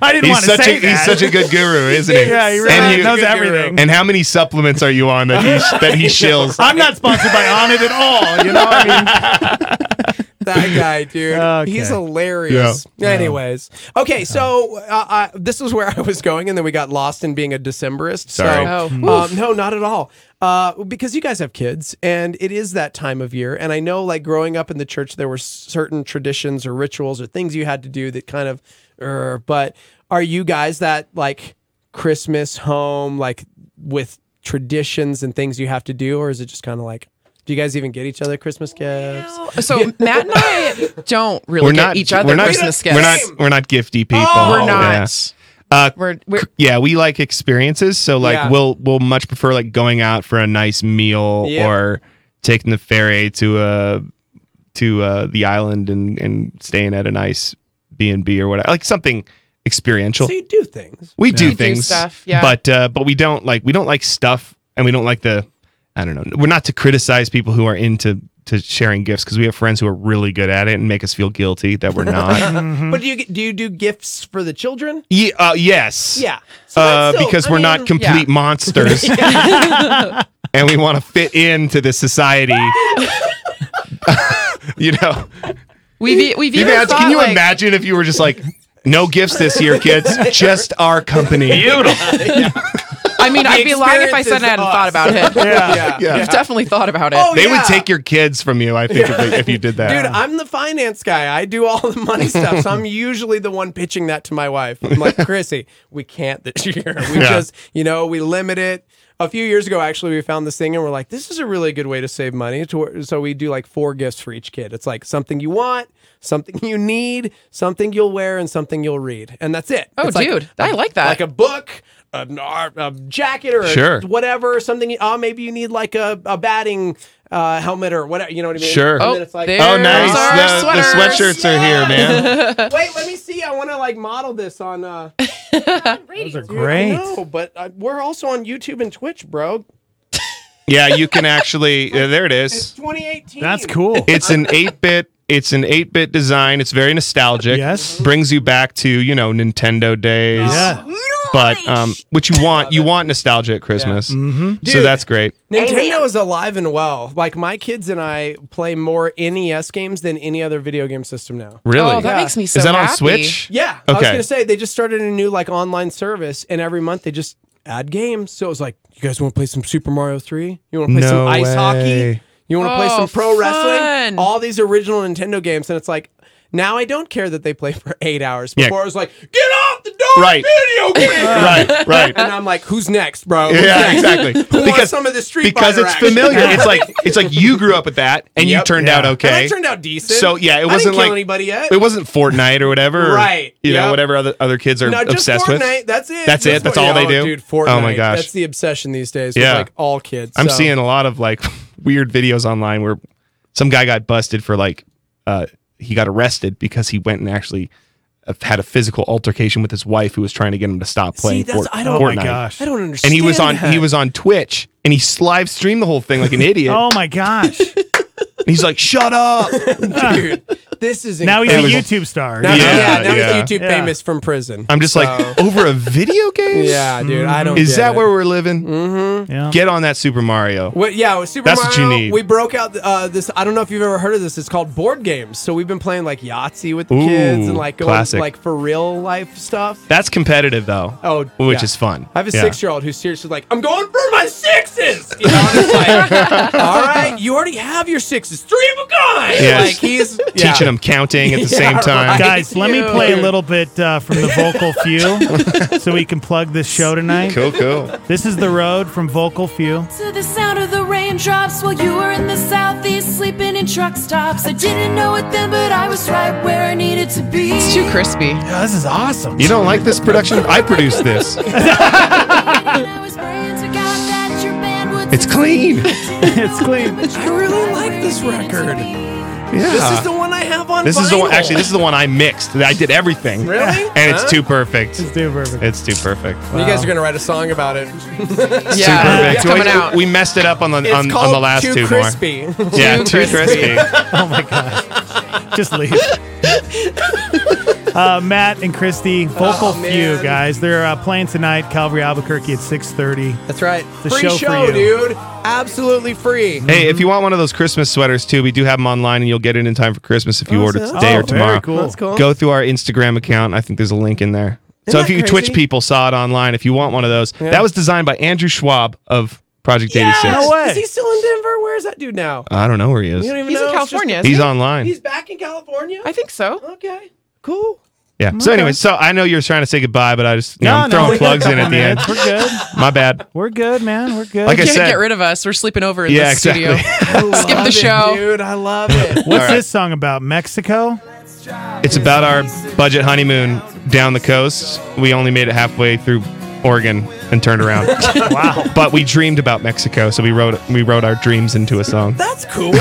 [SPEAKER 2] I didn't
[SPEAKER 3] he's
[SPEAKER 2] want to
[SPEAKER 3] such
[SPEAKER 2] say
[SPEAKER 3] a
[SPEAKER 2] that.
[SPEAKER 3] he's such a good guru, isn't he?
[SPEAKER 2] yeah, he really
[SPEAKER 3] and, you-
[SPEAKER 2] knows
[SPEAKER 1] good guru.
[SPEAKER 2] everything.
[SPEAKER 3] and how many supplements are you on that he that he shills?
[SPEAKER 2] I'm not sponsored by On It at all. You know, I mean,
[SPEAKER 1] that guy, dude.
[SPEAKER 2] Okay.
[SPEAKER 1] He's hilarious. Anyways, okay, so uh, I, this is where I was going, and then we got lost in being a Decemberist.
[SPEAKER 3] Sorry.
[SPEAKER 1] So,
[SPEAKER 4] Oh.
[SPEAKER 1] um, no, not at all. Uh, because you guys have kids, and it is that time of year. And I know, like growing up in the church, there were certain traditions or rituals or things you had to do that kind of. er, but are you guys that like Christmas home, like with traditions and things you have to do, or is it just kind of like? Do you guys even get each other Christmas gifts?
[SPEAKER 4] So Matt and I don't really
[SPEAKER 3] We're
[SPEAKER 4] get
[SPEAKER 3] not
[SPEAKER 4] each other
[SPEAKER 3] We're not,
[SPEAKER 4] Christmas
[SPEAKER 3] we're
[SPEAKER 4] gifts.
[SPEAKER 3] not we're not gifty people.
[SPEAKER 4] Oh, We're
[SPEAKER 3] Yeah.
[SPEAKER 4] not.
[SPEAKER 3] Uh,
[SPEAKER 4] We're, we're
[SPEAKER 3] yeah, we like experiences. So like
[SPEAKER 1] Yeah.
[SPEAKER 3] we'll we'll much prefer like going out for a nice meal
[SPEAKER 1] Yeah.
[SPEAKER 3] or taking the ferry to uh to uh the island and and staying at a nice B and B or whatever. Like something experiential.
[SPEAKER 1] So you do things.
[SPEAKER 3] we do
[SPEAKER 4] We do
[SPEAKER 3] things,
[SPEAKER 4] stuff, yeah.
[SPEAKER 3] but uh, but we don't like we don't like stuff, and we don't like the I don't know. We're not to criticize people who are into to sharing gifts because we have friends who are really good at it and make us feel guilty that we're not.
[SPEAKER 1] But do you do you do gifts for the children?
[SPEAKER 3] yeah, uh, yes,
[SPEAKER 1] Yeah. So
[SPEAKER 3] uh,
[SPEAKER 1] that's still-
[SPEAKER 3] because
[SPEAKER 1] I
[SPEAKER 3] we're
[SPEAKER 1] mean,
[SPEAKER 3] not complete
[SPEAKER 4] yeah.
[SPEAKER 3] monsters and we want to fit into this society. you know,
[SPEAKER 4] we've e, we've
[SPEAKER 3] You
[SPEAKER 4] even
[SPEAKER 3] imagine-
[SPEAKER 4] thought,
[SPEAKER 3] can you
[SPEAKER 4] like,
[SPEAKER 3] imagine if you were just like, no gifts this year, kids, just our company? Beautiful.
[SPEAKER 4] I mean, I'd be lying if I
[SPEAKER 1] experience is
[SPEAKER 4] said I hadn't
[SPEAKER 1] us.
[SPEAKER 4] thought about it.
[SPEAKER 2] yeah.
[SPEAKER 1] Yeah.
[SPEAKER 3] Yeah.
[SPEAKER 4] I've definitely thought about it.
[SPEAKER 1] Oh,
[SPEAKER 3] They
[SPEAKER 1] yeah.
[SPEAKER 3] would take your kids from you, I think, if, they, if you did that.
[SPEAKER 1] Dude, I'm the finance guy. I do all the money stuff. So I'm usually the one pitching that to my wife. I'm like, Chrissy, we can't this year. We
[SPEAKER 3] Yeah.
[SPEAKER 1] just, you know, we limit it. A few years ago, actually, we found this thing and we're like, this is a really good way to save money. To where- So we do like four gifts for each kid. It's like something you want, something you need, something you'll wear, and something you'll read. And that's it.
[SPEAKER 4] Oh,
[SPEAKER 1] It's like-
[SPEAKER 4] dude, I like that.
[SPEAKER 1] Like a book, an ar- a jacket, or a
[SPEAKER 3] Sure.
[SPEAKER 1] whatever, something. Oh, maybe you need like a, a batting uh, helmet or whatever. You know what I mean?
[SPEAKER 3] Sure.
[SPEAKER 1] And
[SPEAKER 3] Oh,
[SPEAKER 1] then it's like,
[SPEAKER 4] there-
[SPEAKER 3] oh,
[SPEAKER 4] There's
[SPEAKER 3] nice.
[SPEAKER 4] our
[SPEAKER 3] The, the
[SPEAKER 4] sweaters.
[SPEAKER 3] sweatshirts are here, man.
[SPEAKER 1] Wait, let me see. I want to like model this on. uh
[SPEAKER 2] Those are great.
[SPEAKER 1] No, but uh, we're also on YouTube and Twitch, bro.
[SPEAKER 3] yeah, you can actually, yeah, there it is.
[SPEAKER 1] 2018.
[SPEAKER 2] That's cool.
[SPEAKER 3] It's an 8 bit. It's an 8 bit design. It's very nostalgic.
[SPEAKER 2] Yes.
[SPEAKER 3] Brings you back to, you know, Nintendo days.
[SPEAKER 2] yeah.
[SPEAKER 3] but um, what you want, you want nostalgia at Christmas.
[SPEAKER 2] Mm.
[SPEAKER 3] Mm-hmm. So
[SPEAKER 1] Dude.
[SPEAKER 3] that's great.
[SPEAKER 1] Nintendo is alive and well. Like my kids and I play more NES games than any other video game system now.
[SPEAKER 3] Really?
[SPEAKER 4] Oh, that makes me so
[SPEAKER 3] Is that on
[SPEAKER 4] happy.
[SPEAKER 3] Switch?
[SPEAKER 1] Yeah, I was
[SPEAKER 3] Okay.
[SPEAKER 1] gonna say they just started a new like online service, and every month they just add games. So it was like, you guys want to play some Super Mario Three? You want to play
[SPEAKER 3] No
[SPEAKER 1] some ice
[SPEAKER 3] way.
[SPEAKER 1] hockey? You want to play
[SPEAKER 4] Oh,
[SPEAKER 1] some pro
[SPEAKER 4] fun.
[SPEAKER 1] wrestling? All these original Nintendo games, and it's like. Now I don't care that they play for eight hours.
[SPEAKER 3] Yeah.
[SPEAKER 1] Before I was like, "Get off the darn
[SPEAKER 3] Right.
[SPEAKER 1] video game!"
[SPEAKER 3] right, right.
[SPEAKER 1] And I'm like, "Who's next, bro?" Who's
[SPEAKER 3] Yeah,
[SPEAKER 1] next?
[SPEAKER 3] exactly.
[SPEAKER 1] Who wants some of the Street
[SPEAKER 3] because
[SPEAKER 1] Fighter
[SPEAKER 3] it's
[SPEAKER 1] action?
[SPEAKER 3] familiar. it's like it's like you grew up with that and you
[SPEAKER 1] Yep.
[SPEAKER 3] turned out
[SPEAKER 2] Yeah.
[SPEAKER 1] And
[SPEAKER 3] okay.
[SPEAKER 1] I turned out decent.
[SPEAKER 3] so yeah,
[SPEAKER 1] I
[SPEAKER 3] it
[SPEAKER 1] didn't
[SPEAKER 3] wasn't
[SPEAKER 1] kill
[SPEAKER 3] like
[SPEAKER 1] anybody yet.
[SPEAKER 3] It wasn't Fortnite or whatever. or,
[SPEAKER 1] Right,
[SPEAKER 3] you know
[SPEAKER 1] yep.
[SPEAKER 3] whatever other other kids are
[SPEAKER 1] No, just
[SPEAKER 3] obsessed
[SPEAKER 1] Fortnite.
[SPEAKER 3] with.
[SPEAKER 1] That's it.
[SPEAKER 3] That's it? That's
[SPEAKER 1] Fortnite.
[SPEAKER 3] all they
[SPEAKER 1] Oh,
[SPEAKER 3] do?
[SPEAKER 1] Dude, Fortnite.
[SPEAKER 3] Oh my gosh.
[SPEAKER 1] That's the obsession these days. Yeah,
[SPEAKER 3] Yeah.
[SPEAKER 1] like all kids.
[SPEAKER 3] I'm
[SPEAKER 1] so-
[SPEAKER 3] seeing a lot of like weird videos online where some guy got busted for like uh, he got arrested because he went and actually uh, had a physical altercation with his wife who was trying to get him to stop
[SPEAKER 1] See,
[SPEAKER 3] playing
[SPEAKER 1] that's,
[SPEAKER 3] Fort-
[SPEAKER 1] I
[SPEAKER 2] Oh
[SPEAKER 1] don't.
[SPEAKER 2] my
[SPEAKER 3] Fortnite.
[SPEAKER 2] gosh.
[SPEAKER 1] I don't understand.
[SPEAKER 3] And he was on
[SPEAKER 1] that.
[SPEAKER 3] he was on Twitch and he live streamed the whole thing like an idiot.
[SPEAKER 2] Oh my gosh.
[SPEAKER 3] And he's like, "Shut up."
[SPEAKER 1] dude. This is
[SPEAKER 2] Now he's a
[SPEAKER 1] incredible.
[SPEAKER 2] YouTube star.
[SPEAKER 1] Now,
[SPEAKER 2] you know?
[SPEAKER 1] yeah,
[SPEAKER 3] Yeah,
[SPEAKER 1] now
[SPEAKER 3] yeah.
[SPEAKER 1] he's YouTube
[SPEAKER 2] Yeah.
[SPEAKER 1] famous from prison.
[SPEAKER 3] I'm just like, "Over a video game?"
[SPEAKER 1] yeah, dude. I don't. get
[SPEAKER 3] Is that
[SPEAKER 1] it. Mm-hmm.
[SPEAKER 3] where we're living?
[SPEAKER 2] Yeah.
[SPEAKER 3] Get on that Super Mario.
[SPEAKER 1] What, yeah, with Super
[SPEAKER 3] That's
[SPEAKER 1] Mario.
[SPEAKER 3] what you need.
[SPEAKER 1] We broke out uh, this. I don't know if you've ever heard of this. It's called board games. So we've been playing like Yahtzee with the
[SPEAKER 3] Ooh,
[SPEAKER 1] kids and like going
[SPEAKER 3] classic.
[SPEAKER 1] like for real life stuff.
[SPEAKER 3] That's competitive though.
[SPEAKER 1] Oh,
[SPEAKER 3] which
[SPEAKER 1] yeah.
[SPEAKER 3] is fun.
[SPEAKER 1] I have a
[SPEAKER 3] Yeah.
[SPEAKER 1] six-year-old who's seriously like, "I'm going for my sixes. You know, I'm just like, "All right, you already have your sixes, three of a kind."
[SPEAKER 3] Yes.
[SPEAKER 1] Like he's yeah.
[SPEAKER 3] Teaching him counting at the
[SPEAKER 1] Yeah,
[SPEAKER 3] same time.
[SPEAKER 1] right.
[SPEAKER 2] Guys, let me
[SPEAKER 4] Cute.
[SPEAKER 2] play a little bit uh, from the Vocal Few so we can plug this show tonight.
[SPEAKER 3] Cool, cool.
[SPEAKER 2] This is The Road from Vocal Few.
[SPEAKER 7] To the sound of the raindrops while you were in the southeast sleeping in truck stops. I didn't know it then, but I was right where I needed to be.
[SPEAKER 4] It's too crispy.
[SPEAKER 2] Oh, this is awesome.
[SPEAKER 3] You don't like this production? I produced this. It's
[SPEAKER 7] it's
[SPEAKER 3] clean.
[SPEAKER 2] It's clean.
[SPEAKER 1] I really like this record.
[SPEAKER 3] Yeah.
[SPEAKER 1] This is the one I have on on
[SPEAKER 3] uh, This is the one,
[SPEAKER 1] vinyl.
[SPEAKER 3] actually this is the one I mixed. I did everything.
[SPEAKER 1] Really?
[SPEAKER 3] And it's
[SPEAKER 1] Huh?
[SPEAKER 3] too perfect.
[SPEAKER 2] It's too perfect.
[SPEAKER 3] It's too perfect.
[SPEAKER 1] You guys are
[SPEAKER 3] uh,
[SPEAKER 1] gonna write a song about it.
[SPEAKER 4] yeah, it's
[SPEAKER 3] Perfect.
[SPEAKER 4] coming
[SPEAKER 3] we,
[SPEAKER 4] out.
[SPEAKER 3] we messed it up on the
[SPEAKER 1] It's
[SPEAKER 3] on,
[SPEAKER 1] called
[SPEAKER 3] on the last
[SPEAKER 1] Too
[SPEAKER 3] two more.
[SPEAKER 1] Crispy.
[SPEAKER 3] Yeah, too crispy.
[SPEAKER 2] Oh Just leave. uh, Matt and Christy, Vocal Few,
[SPEAKER 1] man.
[SPEAKER 2] guys. They're uh, playing tonight, Calvary Albuquerque at 6.30.
[SPEAKER 1] That's right.
[SPEAKER 2] a
[SPEAKER 1] free
[SPEAKER 2] show
[SPEAKER 1] show,
[SPEAKER 2] for you.
[SPEAKER 1] dude. Absolutely free.
[SPEAKER 3] Hey, if you want one of those Christmas sweaters too, we do have them online, and you'll get it in time for Christmas if you
[SPEAKER 1] Oh,
[SPEAKER 3] order
[SPEAKER 1] so-
[SPEAKER 3] today
[SPEAKER 1] oh,
[SPEAKER 3] or tomorrow.
[SPEAKER 2] Very cool.
[SPEAKER 1] That's cool.
[SPEAKER 3] Go through our Instagram account. I think there's a link in there.
[SPEAKER 1] Isn't
[SPEAKER 3] so if
[SPEAKER 1] that
[SPEAKER 3] you
[SPEAKER 1] crazy?
[SPEAKER 3] Twitch people saw it online, if you want one of those, that was designed by Andrew Schwab of Project 86.
[SPEAKER 2] No way.
[SPEAKER 1] Is he still in Denver? Where's that dude now?
[SPEAKER 3] I don't know where he is.
[SPEAKER 1] You don't even
[SPEAKER 4] He's
[SPEAKER 1] know.
[SPEAKER 4] in
[SPEAKER 1] It's just-
[SPEAKER 4] California.
[SPEAKER 3] He's
[SPEAKER 4] isn't
[SPEAKER 3] online.
[SPEAKER 1] He's back in California.
[SPEAKER 4] he? I think so.
[SPEAKER 1] okay. Cool.
[SPEAKER 3] yeah. So anyway, so I know you're trying to say goodbye, but I just you know, I'm
[SPEAKER 2] we
[SPEAKER 3] throwing
[SPEAKER 2] got
[SPEAKER 3] plugs
[SPEAKER 2] a
[SPEAKER 3] in at
[SPEAKER 2] couple
[SPEAKER 3] the end.
[SPEAKER 2] minutes. We're good.
[SPEAKER 3] My bad.
[SPEAKER 2] We're good, man. We're good.
[SPEAKER 3] Like I
[SPEAKER 4] Can't
[SPEAKER 3] said,
[SPEAKER 4] get rid of us. We're sleeping over in
[SPEAKER 3] yeah,
[SPEAKER 4] the studio.
[SPEAKER 3] exactly.
[SPEAKER 4] Skip the show.
[SPEAKER 1] dude. I love it.
[SPEAKER 2] What's
[SPEAKER 3] All right.
[SPEAKER 2] this song about? Mexico?
[SPEAKER 3] It's about our budget honeymoon down the coast. We only made it halfway through Oregon and turned around. wow. But we dreamed about Mexico, so we wrote we wrote our dreams into a song.
[SPEAKER 1] That's cool.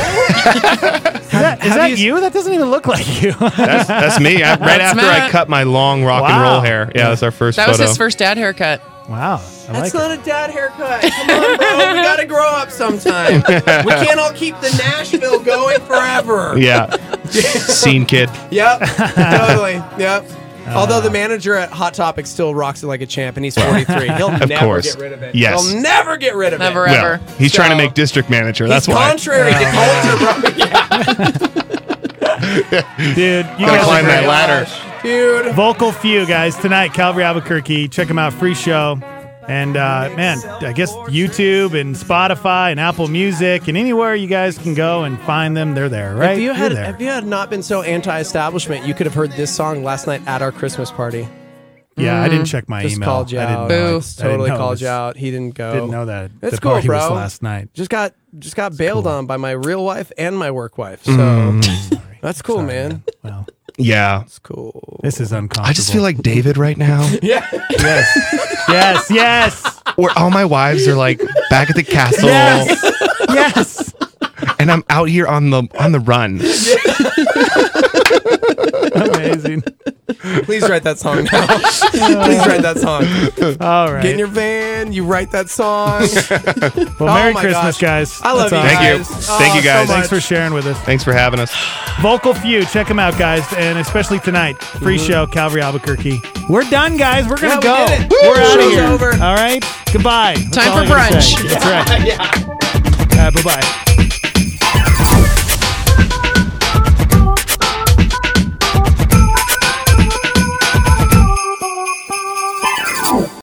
[SPEAKER 2] Is that, is
[SPEAKER 1] have
[SPEAKER 2] that
[SPEAKER 1] you s-
[SPEAKER 2] you? That doesn't even look like you.
[SPEAKER 3] That's, that's me. I, right
[SPEAKER 4] That's
[SPEAKER 3] after I
[SPEAKER 4] Matt.
[SPEAKER 3] cut my long rock and
[SPEAKER 2] Wow.
[SPEAKER 3] roll hair. Yeah, that's our first
[SPEAKER 4] That was
[SPEAKER 3] photo.
[SPEAKER 4] his first dad haircut.
[SPEAKER 2] wow. I like
[SPEAKER 1] That's not
[SPEAKER 2] it.
[SPEAKER 1] a dad haircut. Come on, bro. We gotta grow up sometime. we can't all keep the Nashville going forever.
[SPEAKER 3] yeah. Scene kid.
[SPEAKER 1] Yep. Totally. Yep.
[SPEAKER 2] Uh,
[SPEAKER 1] Although the manager at Hot Topic still rocks it like a champ, and he's 43. He'll never
[SPEAKER 3] course.
[SPEAKER 1] get rid of it.
[SPEAKER 3] Yes.
[SPEAKER 1] He'll never get rid of
[SPEAKER 4] Never
[SPEAKER 1] it.
[SPEAKER 3] Well,
[SPEAKER 4] ever.
[SPEAKER 3] he's trying to
[SPEAKER 1] So-
[SPEAKER 3] make district manager.
[SPEAKER 1] He's
[SPEAKER 3] That's why.
[SPEAKER 1] contrary
[SPEAKER 2] Uh,
[SPEAKER 1] to culture, bro.
[SPEAKER 2] Dude, you
[SPEAKER 3] Gotta
[SPEAKER 2] guys
[SPEAKER 3] climb
[SPEAKER 2] are great.
[SPEAKER 4] Oh
[SPEAKER 3] that ladder.
[SPEAKER 1] Dude.
[SPEAKER 2] Vocal Few, guys, tonight, Calvary Albuquerque. Check them out, free show. And uh, man, I guess YouTube and Spotify and Apple Music and anywhere you guys can go and find them, they're there, right?
[SPEAKER 1] If you
[SPEAKER 2] You're
[SPEAKER 1] had
[SPEAKER 2] there.
[SPEAKER 1] if you had not been so anti-establishment, you could have heard this song last night at our Christmas party.
[SPEAKER 2] yeah, I didn't check my
[SPEAKER 1] Mm. Just
[SPEAKER 2] email.
[SPEAKER 1] called you
[SPEAKER 2] I didn't
[SPEAKER 1] out.
[SPEAKER 2] know.
[SPEAKER 4] Boo.
[SPEAKER 2] I didn't
[SPEAKER 1] Totally
[SPEAKER 2] know it
[SPEAKER 1] called
[SPEAKER 2] was-
[SPEAKER 1] you out. He didn't go.
[SPEAKER 2] Didn't know that.
[SPEAKER 1] It's
[SPEAKER 2] the
[SPEAKER 1] cool,
[SPEAKER 2] party was
[SPEAKER 1] bro.
[SPEAKER 2] last night.
[SPEAKER 1] Just got just got bailed on by my real wife and my work wife. So
[SPEAKER 2] Mm-hmm.
[SPEAKER 1] that's cool, man.
[SPEAKER 2] Well,
[SPEAKER 3] Yeah.
[SPEAKER 1] It's cool.
[SPEAKER 2] this is uncomfortable.
[SPEAKER 3] I just feel like David right now,
[SPEAKER 2] yes, yes,
[SPEAKER 3] where all my wives are like back at the castle,
[SPEAKER 2] yes, yes.
[SPEAKER 3] and I'm out here on the on the run.
[SPEAKER 2] Amazing.
[SPEAKER 1] Please write that song now. Please write that song.
[SPEAKER 2] All right.
[SPEAKER 1] Get in your van. You write that song.
[SPEAKER 2] well,
[SPEAKER 1] Oh
[SPEAKER 2] Merry
[SPEAKER 1] my
[SPEAKER 2] Christmas,
[SPEAKER 1] gosh.
[SPEAKER 2] guys.
[SPEAKER 1] I love
[SPEAKER 2] That's all.
[SPEAKER 1] you
[SPEAKER 3] Thank you.
[SPEAKER 1] guys.
[SPEAKER 3] Thank you,
[SPEAKER 1] Oh, so
[SPEAKER 3] guys.
[SPEAKER 2] Thanks for
[SPEAKER 1] much.
[SPEAKER 2] sharing with us.
[SPEAKER 3] Thanks for having us.
[SPEAKER 2] Vocal Few. Check them out, guys. And especially tonight, free show, Calvary Albuquerque. Mm-hmm. We're done, guys. We're going to
[SPEAKER 1] Yeah, we did it.
[SPEAKER 2] go. We're out
[SPEAKER 1] Show's
[SPEAKER 2] of here.
[SPEAKER 1] over.
[SPEAKER 2] All right. Goodbye. That's
[SPEAKER 4] Time
[SPEAKER 2] all
[SPEAKER 4] for
[SPEAKER 2] I gotta
[SPEAKER 4] brunch.
[SPEAKER 2] say. That's right. Uh, bye bye.